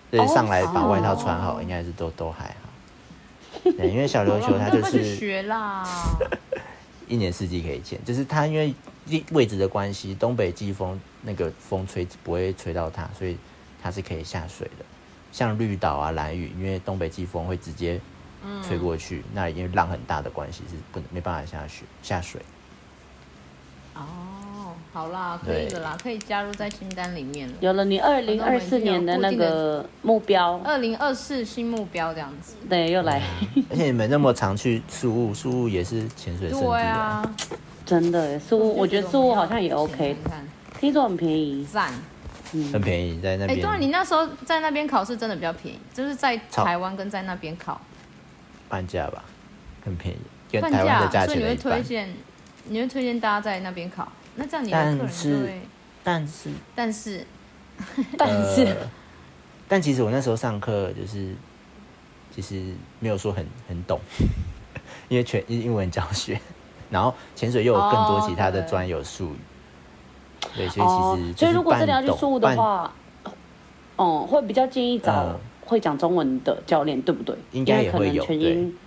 [SPEAKER 3] 对，
[SPEAKER 1] 哦
[SPEAKER 3] 上来把
[SPEAKER 1] 是
[SPEAKER 3] 外套穿好，应该是都都还好。对，因为小琉球它
[SPEAKER 2] 赶
[SPEAKER 3] 就
[SPEAKER 2] 哦快去
[SPEAKER 3] 是
[SPEAKER 2] 学 啦。
[SPEAKER 3] 一年四季可以见，就是它因为地位置的关系，东北季风那个风吹不会吹到它，所以它是可以下水的。像绿岛啊、蓝屿，因为东北季风会直接
[SPEAKER 2] 嗯
[SPEAKER 3] 吹过去，那因为浪很大的关系是不能没办法下雪下水。
[SPEAKER 2] 哦，好啦，可以的啦，可以加入在清单里面了。
[SPEAKER 1] 有了你二零二四年的那个目标，
[SPEAKER 2] 二零二四新目标这样子。
[SPEAKER 1] 对，又来，
[SPEAKER 3] 而且你们那么常去宿务，宿务也是潜水圣地、
[SPEAKER 2] 对啊，
[SPEAKER 1] 真的耶苏，我觉得
[SPEAKER 2] 就
[SPEAKER 1] 苏
[SPEAKER 2] 们
[SPEAKER 1] 好像也
[SPEAKER 2] 要去
[SPEAKER 1] OK，
[SPEAKER 2] 看看
[SPEAKER 1] 听说很便宜。
[SPEAKER 2] 赞。
[SPEAKER 3] 很便宜，在那
[SPEAKER 2] 哎，
[SPEAKER 3] 边。
[SPEAKER 2] 对啊，你那时候在那边考试真的比较便宜，就是在
[SPEAKER 3] 超
[SPEAKER 2] 台湾跟在那边考
[SPEAKER 3] 半价吧，很便宜，跟
[SPEAKER 2] 半
[SPEAKER 3] 台湾的
[SPEAKER 2] 价，啊
[SPEAKER 3] 价
[SPEAKER 2] 所以
[SPEAKER 3] 钱
[SPEAKER 2] 你
[SPEAKER 3] 的
[SPEAKER 2] 会
[SPEAKER 3] 一半
[SPEAKER 2] 推。荐，你会推荐大家在那边考。那这样你的
[SPEAKER 3] 但
[SPEAKER 2] 客人
[SPEAKER 3] 是
[SPEAKER 2] 就会，
[SPEAKER 3] 但是
[SPEAKER 2] 但 是
[SPEAKER 1] 但是、
[SPEAKER 3] 呃但其实我那时候上课就是，其实没有说很很懂， 因为全英文教学， 然后潜水又有更多
[SPEAKER 2] 哦
[SPEAKER 3] 其他的
[SPEAKER 2] 对
[SPEAKER 3] 专有术语，对，所以
[SPEAKER 1] 哦
[SPEAKER 3] 其实，就
[SPEAKER 1] 所以
[SPEAKER 3] 是
[SPEAKER 1] 如果真的要
[SPEAKER 3] 半
[SPEAKER 1] 去
[SPEAKER 3] 懂
[SPEAKER 1] 宿务的
[SPEAKER 3] 半
[SPEAKER 1] 话，哦，会比较建议找
[SPEAKER 3] 嗯
[SPEAKER 1] 会讲中文的教练，对不对？
[SPEAKER 3] 应该也会
[SPEAKER 1] 因为
[SPEAKER 3] 有
[SPEAKER 1] 可能全英，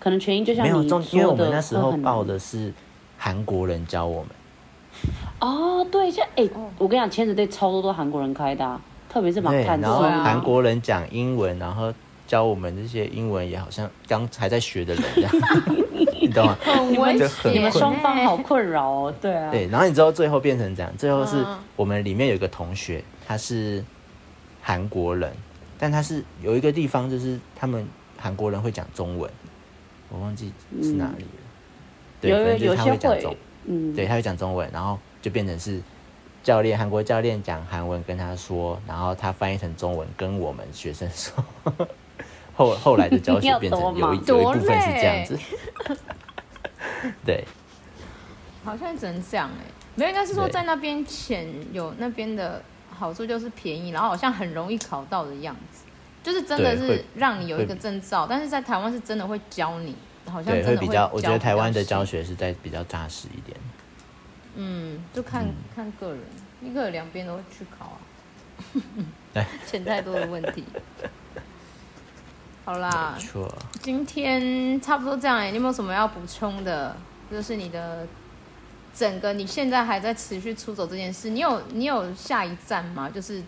[SPEAKER 1] 可能全英就像
[SPEAKER 3] 没有
[SPEAKER 1] 你
[SPEAKER 3] 重
[SPEAKER 1] 说，
[SPEAKER 3] 因为我们
[SPEAKER 1] 的
[SPEAKER 3] 那时
[SPEAKER 1] 会
[SPEAKER 3] 候
[SPEAKER 1] 很
[SPEAKER 3] 报
[SPEAKER 1] 难
[SPEAKER 3] 的是韩国人教我们，
[SPEAKER 1] 哦，对，像哎、
[SPEAKER 2] 哦
[SPEAKER 1] 我跟你讲，潜水队超多都韩国人开的、啊，特别是马
[SPEAKER 3] 对，
[SPEAKER 1] 看
[SPEAKER 3] 然后
[SPEAKER 2] 对啊
[SPEAKER 3] 韩国人讲英文，然后教我们这些英文也好像刚还在学的人一样， 你懂吗？
[SPEAKER 2] 呃很危
[SPEAKER 3] 就
[SPEAKER 2] 险。
[SPEAKER 3] 很
[SPEAKER 1] 你们
[SPEAKER 3] 困
[SPEAKER 1] 双方好困扰哦，对啊，
[SPEAKER 3] 对，然后你知道最后变成怎样？最后是
[SPEAKER 2] 嗯
[SPEAKER 3] 我们里面有一个同学，他是韩国人，但他是有一个地方就是他们韩国人会讲中文，我忘记是哪里了。对，
[SPEAKER 1] 有
[SPEAKER 3] 反
[SPEAKER 1] 有嗯
[SPEAKER 3] 正就
[SPEAKER 1] 有些
[SPEAKER 3] 是他会讲中
[SPEAKER 1] 会，，嗯，
[SPEAKER 3] 对，他会讲中文，然后就变成是教练韩国教练讲韩文跟他说，然后他翻译成中文跟我们学生说。 后后来的 教
[SPEAKER 1] 你要
[SPEAKER 3] 学变成
[SPEAKER 1] 多
[SPEAKER 3] 有一
[SPEAKER 1] 忙
[SPEAKER 3] 有一
[SPEAKER 2] 多
[SPEAKER 3] 部分是这
[SPEAKER 2] 累
[SPEAKER 3] 样子，对，
[SPEAKER 2] 好像该只能这样哎、没有，应该是说
[SPEAKER 3] 对
[SPEAKER 2] 在那边潜有那边的好处就是便宜，然后好像很容易考到的样子，就是真的
[SPEAKER 3] 对
[SPEAKER 2] 是
[SPEAKER 3] 会
[SPEAKER 2] 让你有一个
[SPEAKER 3] 会
[SPEAKER 2] 证照，但是在台湾是真的会教你，好像
[SPEAKER 3] 对，
[SPEAKER 2] 真的
[SPEAKER 3] 比较，我觉得台湾的
[SPEAKER 2] 比较
[SPEAKER 3] 教
[SPEAKER 2] 细，
[SPEAKER 3] 学是在比较扎实一点。
[SPEAKER 2] 嗯，就看、看个人，一个两边都会去考啊，
[SPEAKER 3] 对，
[SPEAKER 2] 钱太多的问 题。好啦
[SPEAKER 3] 没，错，
[SPEAKER 2] 今天差不多这样、欸，你有没有什么要补充的？就是你的整个你现在还在持续出走这件事，你有你有下一站吗？就是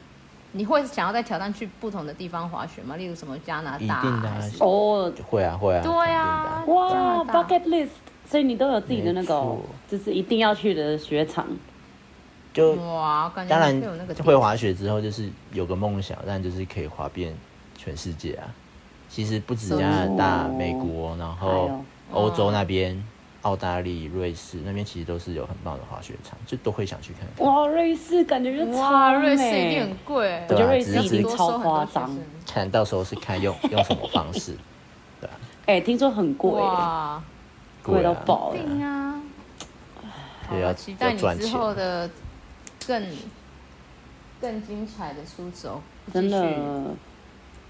[SPEAKER 2] 你会想要再挑战去不同的地方滑雪吗？例如什么加拿
[SPEAKER 3] 一
[SPEAKER 2] 大、
[SPEAKER 3] 定的
[SPEAKER 2] 啊
[SPEAKER 3] 啊
[SPEAKER 2] 还是？
[SPEAKER 1] 哦，
[SPEAKER 3] 会啊会啊，
[SPEAKER 2] 对啊
[SPEAKER 3] 肯定的啊，
[SPEAKER 1] 哇
[SPEAKER 2] 加拿大
[SPEAKER 1] ，bucket list，所以你都有自己的那个哦
[SPEAKER 3] 没错，
[SPEAKER 1] 就是一定要去的雪场。
[SPEAKER 3] 就
[SPEAKER 2] 哇，感觉
[SPEAKER 3] 当然
[SPEAKER 2] 嗯会有那个地
[SPEAKER 3] 会滑雪之后，就是有个梦想，但就是可以滑遍全世界啊。其实不止加拿大、
[SPEAKER 1] 哦
[SPEAKER 3] 美国，然
[SPEAKER 1] 哎呦
[SPEAKER 3] 后欧
[SPEAKER 2] 嗯
[SPEAKER 3] 洲那边、澳大利、瑞士那边，其实都是有很棒的滑雪场，就都会想去看看。
[SPEAKER 1] 哇，瑞士感觉就
[SPEAKER 2] 哇，
[SPEAKER 1] 超
[SPEAKER 2] 瑞士一
[SPEAKER 1] 美
[SPEAKER 2] 定很。贵、欸，
[SPEAKER 1] 我觉得
[SPEAKER 3] 对啊
[SPEAKER 1] 瑞士
[SPEAKER 3] 只是
[SPEAKER 1] 一
[SPEAKER 3] 自
[SPEAKER 1] 定
[SPEAKER 3] 己
[SPEAKER 2] 多
[SPEAKER 1] 超
[SPEAKER 2] 收很
[SPEAKER 1] 夸
[SPEAKER 2] 多学
[SPEAKER 1] 张
[SPEAKER 2] 生。。
[SPEAKER 3] 看到时候是看 用用什么方式，
[SPEAKER 1] 哎、听说很贵，
[SPEAKER 2] 哇，
[SPEAKER 1] 贵到
[SPEAKER 3] 啊
[SPEAKER 1] 爆了。
[SPEAKER 2] 定啊！好
[SPEAKER 3] 对要啊
[SPEAKER 2] 了，期待
[SPEAKER 3] 要
[SPEAKER 2] 你
[SPEAKER 3] 赚
[SPEAKER 2] 之
[SPEAKER 3] 钱
[SPEAKER 2] 后的更更精彩的出走，
[SPEAKER 1] 真
[SPEAKER 2] 继续
[SPEAKER 1] 的，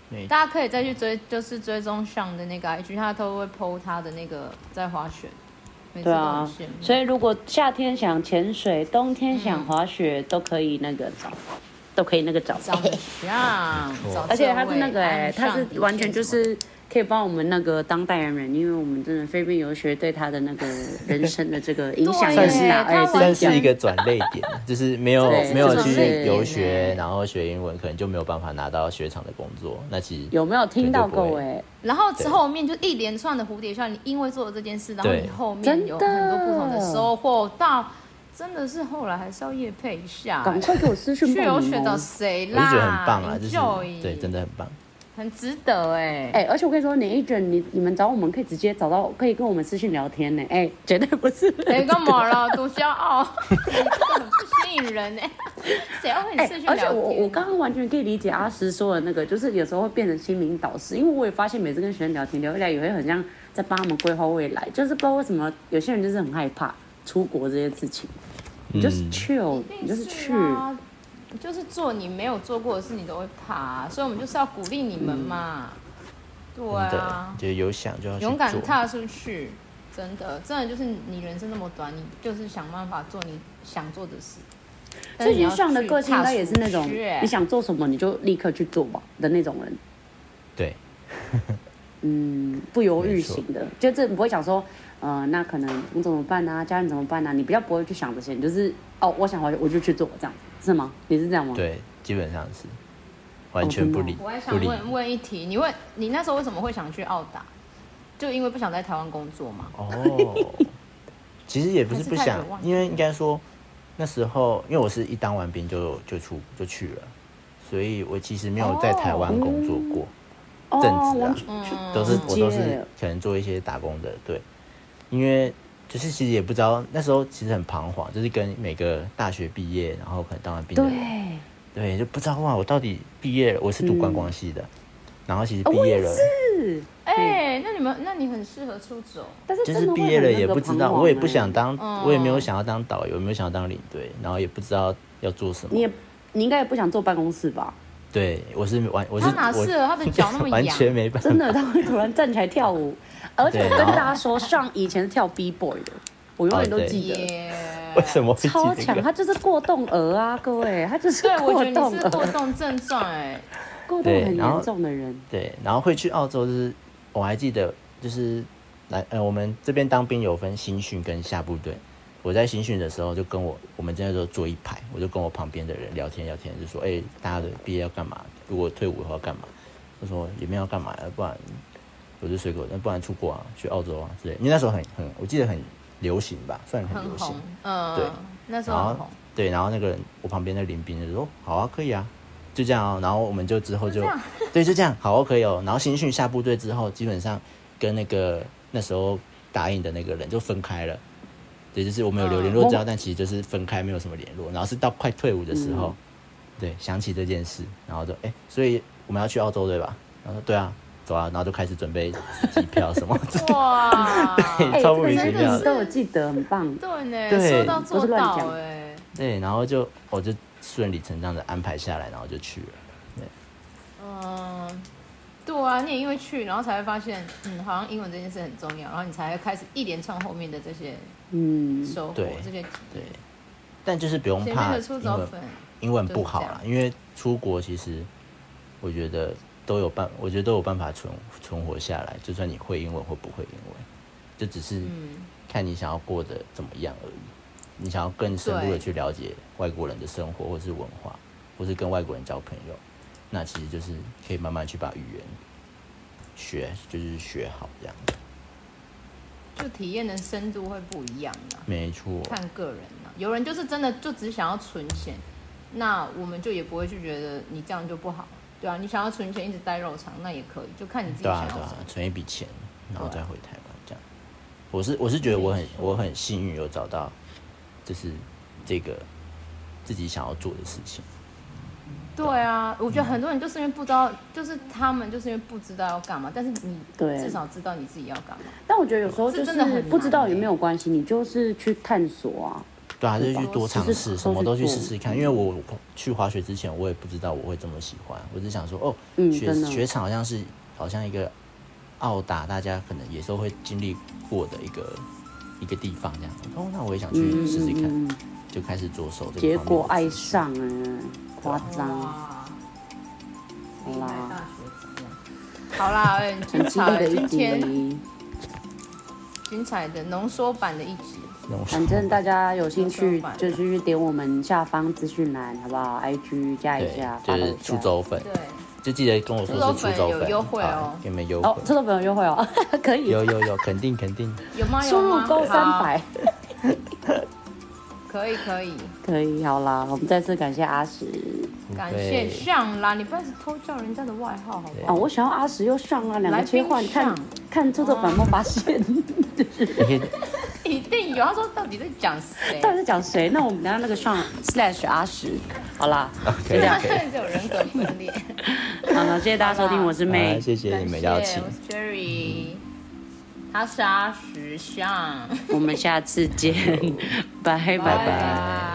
[SPEAKER 3] 没
[SPEAKER 2] 大家可以再去追，就是追踪上的那个 IG，他都会 PO 他的那个在滑雪，每次
[SPEAKER 1] 对
[SPEAKER 2] 都很
[SPEAKER 1] 啊
[SPEAKER 2] 羡慕。，
[SPEAKER 1] 所以如果夏天想潜水，冬天想滑雪，都可以那个找，都可以那个找。
[SPEAKER 2] 长相，找
[SPEAKER 1] 而且他是那个
[SPEAKER 2] 哎、
[SPEAKER 1] 哎、他是完全就是可以帮我们那个当代言人，因为我们真的飞边游学对他的那个人生的这个影响啊
[SPEAKER 2] 对
[SPEAKER 1] 也是大，
[SPEAKER 2] 他
[SPEAKER 1] 而且
[SPEAKER 2] 完
[SPEAKER 3] 算
[SPEAKER 2] 全
[SPEAKER 1] 讲
[SPEAKER 3] 是一个转类点，就是没有
[SPEAKER 1] 对
[SPEAKER 3] 没有
[SPEAKER 1] 这种
[SPEAKER 3] 去
[SPEAKER 1] 类
[SPEAKER 3] 游
[SPEAKER 2] 点
[SPEAKER 3] 学
[SPEAKER 2] 欸，
[SPEAKER 3] 然后学英文，可能就没有办法拿到雪场的工作。那其实
[SPEAKER 1] 有没有听到哎
[SPEAKER 3] 绝对
[SPEAKER 1] 各
[SPEAKER 3] 不会
[SPEAKER 1] 位？
[SPEAKER 2] 然后之后面就一连串的蝴蝶效应，你因为做了这件事，然后
[SPEAKER 3] 对
[SPEAKER 2] 你后面
[SPEAKER 1] 真
[SPEAKER 2] 有
[SPEAKER 1] 的
[SPEAKER 2] 很多不同的收获，到真的是后来还是要夜配一 下、
[SPEAKER 1] 赶快给我私讯
[SPEAKER 2] 去
[SPEAKER 1] 报
[SPEAKER 2] 游学
[SPEAKER 1] 名
[SPEAKER 2] 找
[SPEAKER 1] 哦！
[SPEAKER 2] 谁
[SPEAKER 3] 我就
[SPEAKER 2] 啦？
[SPEAKER 3] 觉得很棒啊，就是
[SPEAKER 2] ，enjoy
[SPEAKER 3] 对，真的很棒。
[SPEAKER 2] 很值得哎、
[SPEAKER 1] 哎、而且我跟你说，你一卷你你们找我们可以直接找到，可以跟我们私信聊天呢。哎、绝对啊不是。
[SPEAKER 2] 哎，干嘛啦？多骄傲， 你这个很不吸引人哎、谁要和你
[SPEAKER 1] 哎、
[SPEAKER 2] 视讯聊
[SPEAKER 1] 而
[SPEAKER 2] 天
[SPEAKER 1] 且我我刚刚完全可以理解阿石说的那个，就是有时候会变成心灵导师，因为我也发现每次跟学生聊天聊一聊，也会很像在帮他们规划未来，就是不知道为什么有些人就是很害怕出国这件事情，你就是
[SPEAKER 3] 嗯
[SPEAKER 1] chill，、
[SPEAKER 2] 一
[SPEAKER 1] 你就
[SPEAKER 2] 定
[SPEAKER 1] 是
[SPEAKER 2] 是
[SPEAKER 1] 去，
[SPEAKER 2] 啊，就是做你没有做过的事，你都会怕、啊，所以我们就是要鼓励你们嘛。对
[SPEAKER 3] 真的
[SPEAKER 2] 啊，，
[SPEAKER 3] 就有想就要去
[SPEAKER 2] 勇敢
[SPEAKER 3] 做
[SPEAKER 2] 踏出去，真的，真的就是你人生那么短，你就是想办法做你想做的事。但
[SPEAKER 1] 所
[SPEAKER 2] 是
[SPEAKER 1] 以
[SPEAKER 2] 你要
[SPEAKER 1] 你上的
[SPEAKER 2] 去
[SPEAKER 1] 个性应
[SPEAKER 2] 踏
[SPEAKER 1] 该也是
[SPEAKER 2] 出
[SPEAKER 1] 那种
[SPEAKER 2] 去
[SPEAKER 1] 你想做什么你就立刻去做吧的那种人。
[SPEAKER 3] 对，
[SPEAKER 1] 嗯，不犹豫
[SPEAKER 3] 没错
[SPEAKER 1] 型的，就这你不会想说，呃，那可能你怎么办啊，家人怎么办啊，你比较不会去想这些，你就是哦，我想滑雪我就去做这样子，是吗？你是这样吗？，
[SPEAKER 3] 对，基本上是完
[SPEAKER 1] 哦
[SPEAKER 3] 全
[SPEAKER 1] 真的
[SPEAKER 3] 不
[SPEAKER 1] 哦
[SPEAKER 3] 理、
[SPEAKER 2] 我还
[SPEAKER 3] 不
[SPEAKER 2] 想
[SPEAKER 3] 理。
[SPEAKER 2] 问问一题，你问你那时候为什么会想去澳达？就因为不想在台湾工作嘛？
[SPEAKER 3] 哦， 其实也不是不
[SPEAKER 2] 还是太
[SPEAKER 3] 想
[SPEAKER 2] 绝望，
[SPEAKER 3] 因为应该说那时候，因为我是一当完兵就就出就去了，所以我其实没有在台湾工作过，正
[SPEAKER 1] 哦，
[SPEAKER 3] 职
[SPEAKER 1] 我
[SPEAKER 3] 啊，
[SPEAKER 2] 嗯，
[SPEAKER 3] 都是我都
[SPEAKER 1] 直
[SPEAKER 3] 是
[SPEAKER 1] 接
[SPEAKER 3] 可能做一些打工的，对，因为就是其实也不知道那时候其实很彷徨，就是跟每个大学毕业，然后可能当完兵的
[SPEAKER 1] 对，
[SPEAKER 3] 人，对，就不知道哇，我到底毕业了，我是读观光系的，然后其实
[SPEAKER 1] 啊
[SPEAKER 3] 毕
[SPEAKER 1] 我
[SPEAKER 3] 业
[SPEAKER 1] 也
[SPEAKER 3] 了。
[SPEAKER 1] 是，
[SPEAKER 2] 哎、那你们，那你很适合出走。
[SPEAKER 1] 但是
[SPEAKER 3] 就
[SPEAKER 1] 真
[SPEAKER 3] 是
[SPEAKER 1] 的
[SPEAKER 3] 毕
[SPEAKER 1] 会
[SPEAKER 3] 业了
[SPEAKER 1] 很那
[SPEAKER 3] 也
[SPEAKER 1] 个
[SPEAKER 3] 不知
[SPEAKER 1] 彷
[SPEAKER 3] 道，
[SPEAKER 1] 徨
[SPEAKER 3] 我也不
[SPEAKER 1] 欸
[SPEAKER 3] 想，当，
[SPEAKER 2] 嗯
[SPEAKER 3] 我也没有想要当导游，也没有想要当领队，然后也不知道要做什么。
[SPEAKER 1] 你也你应该也不想坐办公室 吧？
[SPEAKER 3] 对我是完，我是
[SPEAKER 2] 他哪
[SPEAKER 3] 我
[SPEAKER 2] 适合他的脚那么
[SPEAKER 3] 完
[SPEAKER 2] 痒
[SPEAKER 3] 全没办法
[SPEAKER 1] 真。的，他会突然站起来跳 舞，而且我
[SPEAKER 3] 对
[SPEAKER 1] 跟
[SPEAKER 3] 然后
[SPEAKER 1] 大家说，上以前是跳 B boy 的，我永远都
[SPEAKER 3] 哦对
[SPEAKER 1] 记 得。
[SPEAKER 2] 耶、
[SPEAKER 3] 为什么会
[SPEAKER 1] 超
[SPEAKER 3] 记这
[SPEAKER 1] 强，
[SPEAKER 3] 个？
[SPEAKER 1] 他就是过动儿啊，各位，他就是
[SPEAKER 2] 对，我
[SPEAKER 1] 过
[SPEAKER 2] 觉得
[SPEAKER 1] 动
[SPEAKER 2] 你是
[SPEAKER 1] 儿
[SPEAKER 2] 过，动症状哎、
[SPEAKER 1] 过动
[SPEAKER 3] 对
[SPEAKER 1] 很
[SPEAKER 3] 然后
[SPEAKER 1] 严重的人。
[SPEAKER 3] 对，然后会去澳洲，就是我还记得，就是来呃，我们这边当兵有分新训跟下部队。我在新训的时候，就跟我我们真的都坐一排，我就跟我旁边的人聊天聊天，就说：“哎、大家的毕业要干嘛？如果退伍以后要干嘛？”我说：“也没有要干嘛，要不然我就随口，那不然出国啊，去澳洲啊之类。”因为那时候很很，我记得很流行吧，算很
[SPEAKER 2] 很
[SPEAKER 3] 流行
[SPEAKER 2] 红。，嗯、
[SPEAKER 3] 对
[SPEAKER 2] 那时
[SPEAKER 3] 然
[SPEAKER 2] 候很
[SPEAKER 3] 后
[SPEAKER 2] 红。
[SPEAKER 3] 对，然后那个人我旁边的林斌就说：“好啊，可以啊。”就这样、哦，然后我们就之后就
[SPEAKER 2] 就这样
[SPEAKER 3] 对，就这样，好哦，可以哦。然后新训下部队之后，基本上跟那个那时候答应的那个人就分开了。对，就是啊我们有留联络
[SPEAKER 1] 嗯
[SPEAKER 3] 资料，但其实就是分开，没有什么联络。然后是到快退伍的时候，对，想起这件事，然后就哎、所以我们要去 澳洲对吧？然后说对啊，走啊，然后就开始准备机票什么的。
[SPEAKER 2] 哇，
[SPEAKER 3] 对，超莫名其
[SPEAKER 1] 哎真
[SPEAKER 3] 妙
[SPEAKER 1] 的
[SPEAKER 2] 真
[SPEAKER 1] 你
[SPEAKER 3] 的。
[SPEAKER 1] 都有记得，很棒。
[SPEAKER 2] 对呢，
[SPEAKER 3] 对
[SPEAKER 2] 说到做
[SPEAKER 1] 不
[SPEAKER 2] 到
[SPEAKER 1] 是乱讲
[SPEAKER 2] 哎，
[SPEAKER 3] 对，然后就我就顺理成章的安排下来，然后就去了。
[SPEAKER 2] 嗯，对啊，你也因为去，然后才会发现，嗯，好像英文这件事很重要，然后你才会开始一连串后面的这些
[SPEAKER 1] 嗯，
[SPEAKER 2] 收获
[SPEAKER 3] 对，
[SPEAKER 2] 这些
[SPEAKER 3] 对，但就是不用
[SPEAKER 2] 前面
[SPEAKER 3] 怕
[SPEAKER 2] 的出
[SPEAKER 3] 英
[SPEAKER 2] 走
[SPEAKER 3] 文
[SPEAKER 2] 粉，
[SPEAKER 3] 英文不
[SPEAKER 2] 就是
[SPEAKER 3] 好
[SPEAKER 2] 这
[SPEAKER 3] 啦
[SPEAKER 2] 样，
[SPEAKER 3] 因为出国其实我觉得都有办，我觉得都有办法存存活下来，就算你会英文或不会英文，就只是
[SPEAKER 2] 嗯，
[SPEAKER 3] 看你想要过得怎么样而已。你想要更深入的
[SPEAKER 2] 对
[SPEAKER 3] 去了解外国人的生活，或是文化，或是跟外国人交朋友，那其实就是可以慢慢去把语言学，就是学好这样。
[SPEAKER 2] 就体验的深度会不一样啊，
[SPEAKER 3] 没错，
[SPEAKER 2] 看个人啊，有人就是真的就只想要存钱，那我们就也不会去觉得你这样就不好，对啊，你想要存钱一直待肉偿，那也可以，就看你自己
[SPEAKER 3] 对
[SPEAKER 2] 想要
[SPEAKER 3] 啊
[SPEAKER 2] 什
[SPEAKER 3] 对啊
[SPEAKER 2] 么，，
[SPEAKER 3] 存一笔钱，然后
[SPEAKER 2] 对
[SPEAKER 1] 啊
[SPEAKER 3] 再回台湾这样。我是我是觉得我
[SPEAKER 1] 嗯
[SPEAKER 3] 很
[SPEAKER 2] 没错
[SPEAKER 3] 我很幸运有找到，就是这个自己想要做的事情。
[SPEAKER 2] 对啊，我觉得很多人就是因为不知道，就是他们就是因为不知道要干嘛，但是你
[SPEAKER 1] 对
[SPEAKER 2] 至少知道你自己要干嘛。
[SPEAKER 1] 但我觉得有时候
[SPEAKER 2] 这
[SPEAKER 1] 就
[SPEAKER 2] 真的很
[SPEAKER 1] 是
[SPEAKER 2] 难
[SPEAKER 1] 不知道
[SPEAKER 2] 欸
[SPEAKER 1] 也没有关系，你就是去探索啊。
[SPEAKER 3] 对啊，就是
[SPEAKER 1] 对
[SPEAKER 3] 去
[SPEAKER 1] 吧
[SPEAKER 3] 多尝
[SPEAKER 1] 就是
[SPEAKER 3] 试，
[SPEAKER 1] 多
[SPEAKER 3] 什么都去
[SPEAKER 1] 去做嗯
[SPEAKER 3] 试试看。因为我去滑雪之前，我也不知道我会这么喜欢，我只想说，哦，
[SPEAKER 1] 嗯
[SPEAKER 3] 雪
[SPEAKER 1] 真的
[SPEAKER 3] 雪场好像是好像一个奥达，大家可能也都会经历过的一个一个地方这样。哦，那我也想去试试看，
[SPEAKER 1] 嗯，
[SPEAKER 3] 就开始着手这个
[SPEAKER 1] 结
[SPEAKER 3] 方面
[SPEAKER 1] 果
[SPEAKER 3] 的
[SPEAKER 1] 爱
[SPEAKER 3] 事情
[SPEAKER 1] 上哎，夸张。
[SPEAKER 2] 哇，
[SPEAKER 1] 好啦，
[SPEAKER 2] 啊好啦，哎
[SPEAKER 1] 很
[SPEAKER 2] 精
[SPEAKER 1] 激励
[SPEAKER 2] 彩，
[SPEAKER 1] 的
[SPEAKER 2] 今
[SPEAKER 1] 一
[SPEAKER 2] 天
[SPEAKER 1] 集，
[SPEAKER 2] 精彩的浓缩版的一集，
[SPEAKER 3] 那种
[SPEAKER 1] 反正大家有兴趣
[SPEAKER 2] 有收买的
[SPEAKER 1] 就去点我们下方资讯栏，好不好？IG 加一下，发
[SPEAKER 3] 对，就
[SPEAKER 1] 一
[SPEAKER 3] 是
[SPEAKER 1] 下
[SPEAKER 3] 出。走粉，
[SPEAKER 2] 对，
[SPEAKER 3] 就记得跟我说是出
[SPEAKER 2] 出
[SPEAKER 3] 走
[SPEAKER 2] 走
[SPEAKER 3] 粉
[SPEAKER 2] 粉有优惠哦
[SPEAKER 3] 好给你们优惠
[SPEAKER 1] 哦，，这个朋友优惠哦， 可以
[SPEAKER 3] 有有有，肯定肯定，
[SPEAKER 2] 有吗？
[SPEAKER 1] 输
[SPEAKER 2] 有
[SPEAKER 1] 入
[SPEAKER 2] 吗？
[SPEAKER 1] 勾三
[SPEAKER 2] 好，
[SPEAKER 1] 百，
[SPEAKER 2] 可以可以，
[SPEAKER 1] 可以。好啦，我们再次感谢阿石
[SPEAKER 2] 感谢
[SPEAKER 3] 嗯对
[SPEAKER 2] 上啦，你不要一直偷叫人家的外号好不
[SPEAKER 1] 啊！
[SPEAKER 2] 好？
[SPEAKER 1] 我想要阿石又上了两
[SPEAKER 2] 来
[SPEAKER 1] 个切
[SPEAKER 2] 宾
[SPEAKER 1] 换，看
[SPEAKER 2] 上哦
[SPEAKER 1] 看出这版有没有发现。
[SPEAKER 3] 你可以
[SPEAKER 2] 一定有，他说到底在讲 谁？
[SPEAKER 1] 到底在讲谁？那我们等一下那个上 slash 阿石，好啦，
[SPEAKER 3] 哦可
[SPEAKER 1] 就
[SPEAKER 3] 以
[SPEAKER 1] 这样。
[SPEAKER 3] 可 以，
[SPEAKER 2] 有人格分裂。
[SPEAKER 1] 好了，谢谢大家收听，我是
[SPEAKER 3] 好
[SPEAKER 1] 妹，
[SPEAKER 3] 谢谢 你们邀嗯请
[SPEAKER 2] 感谢，我是 Jerry，他是阿石像。
[SPEAKER 1] 我们下次见，拜
[SPEAKER 3] 拜
[SPEAKER 1] 拜
[SPEAKER 3] 拜。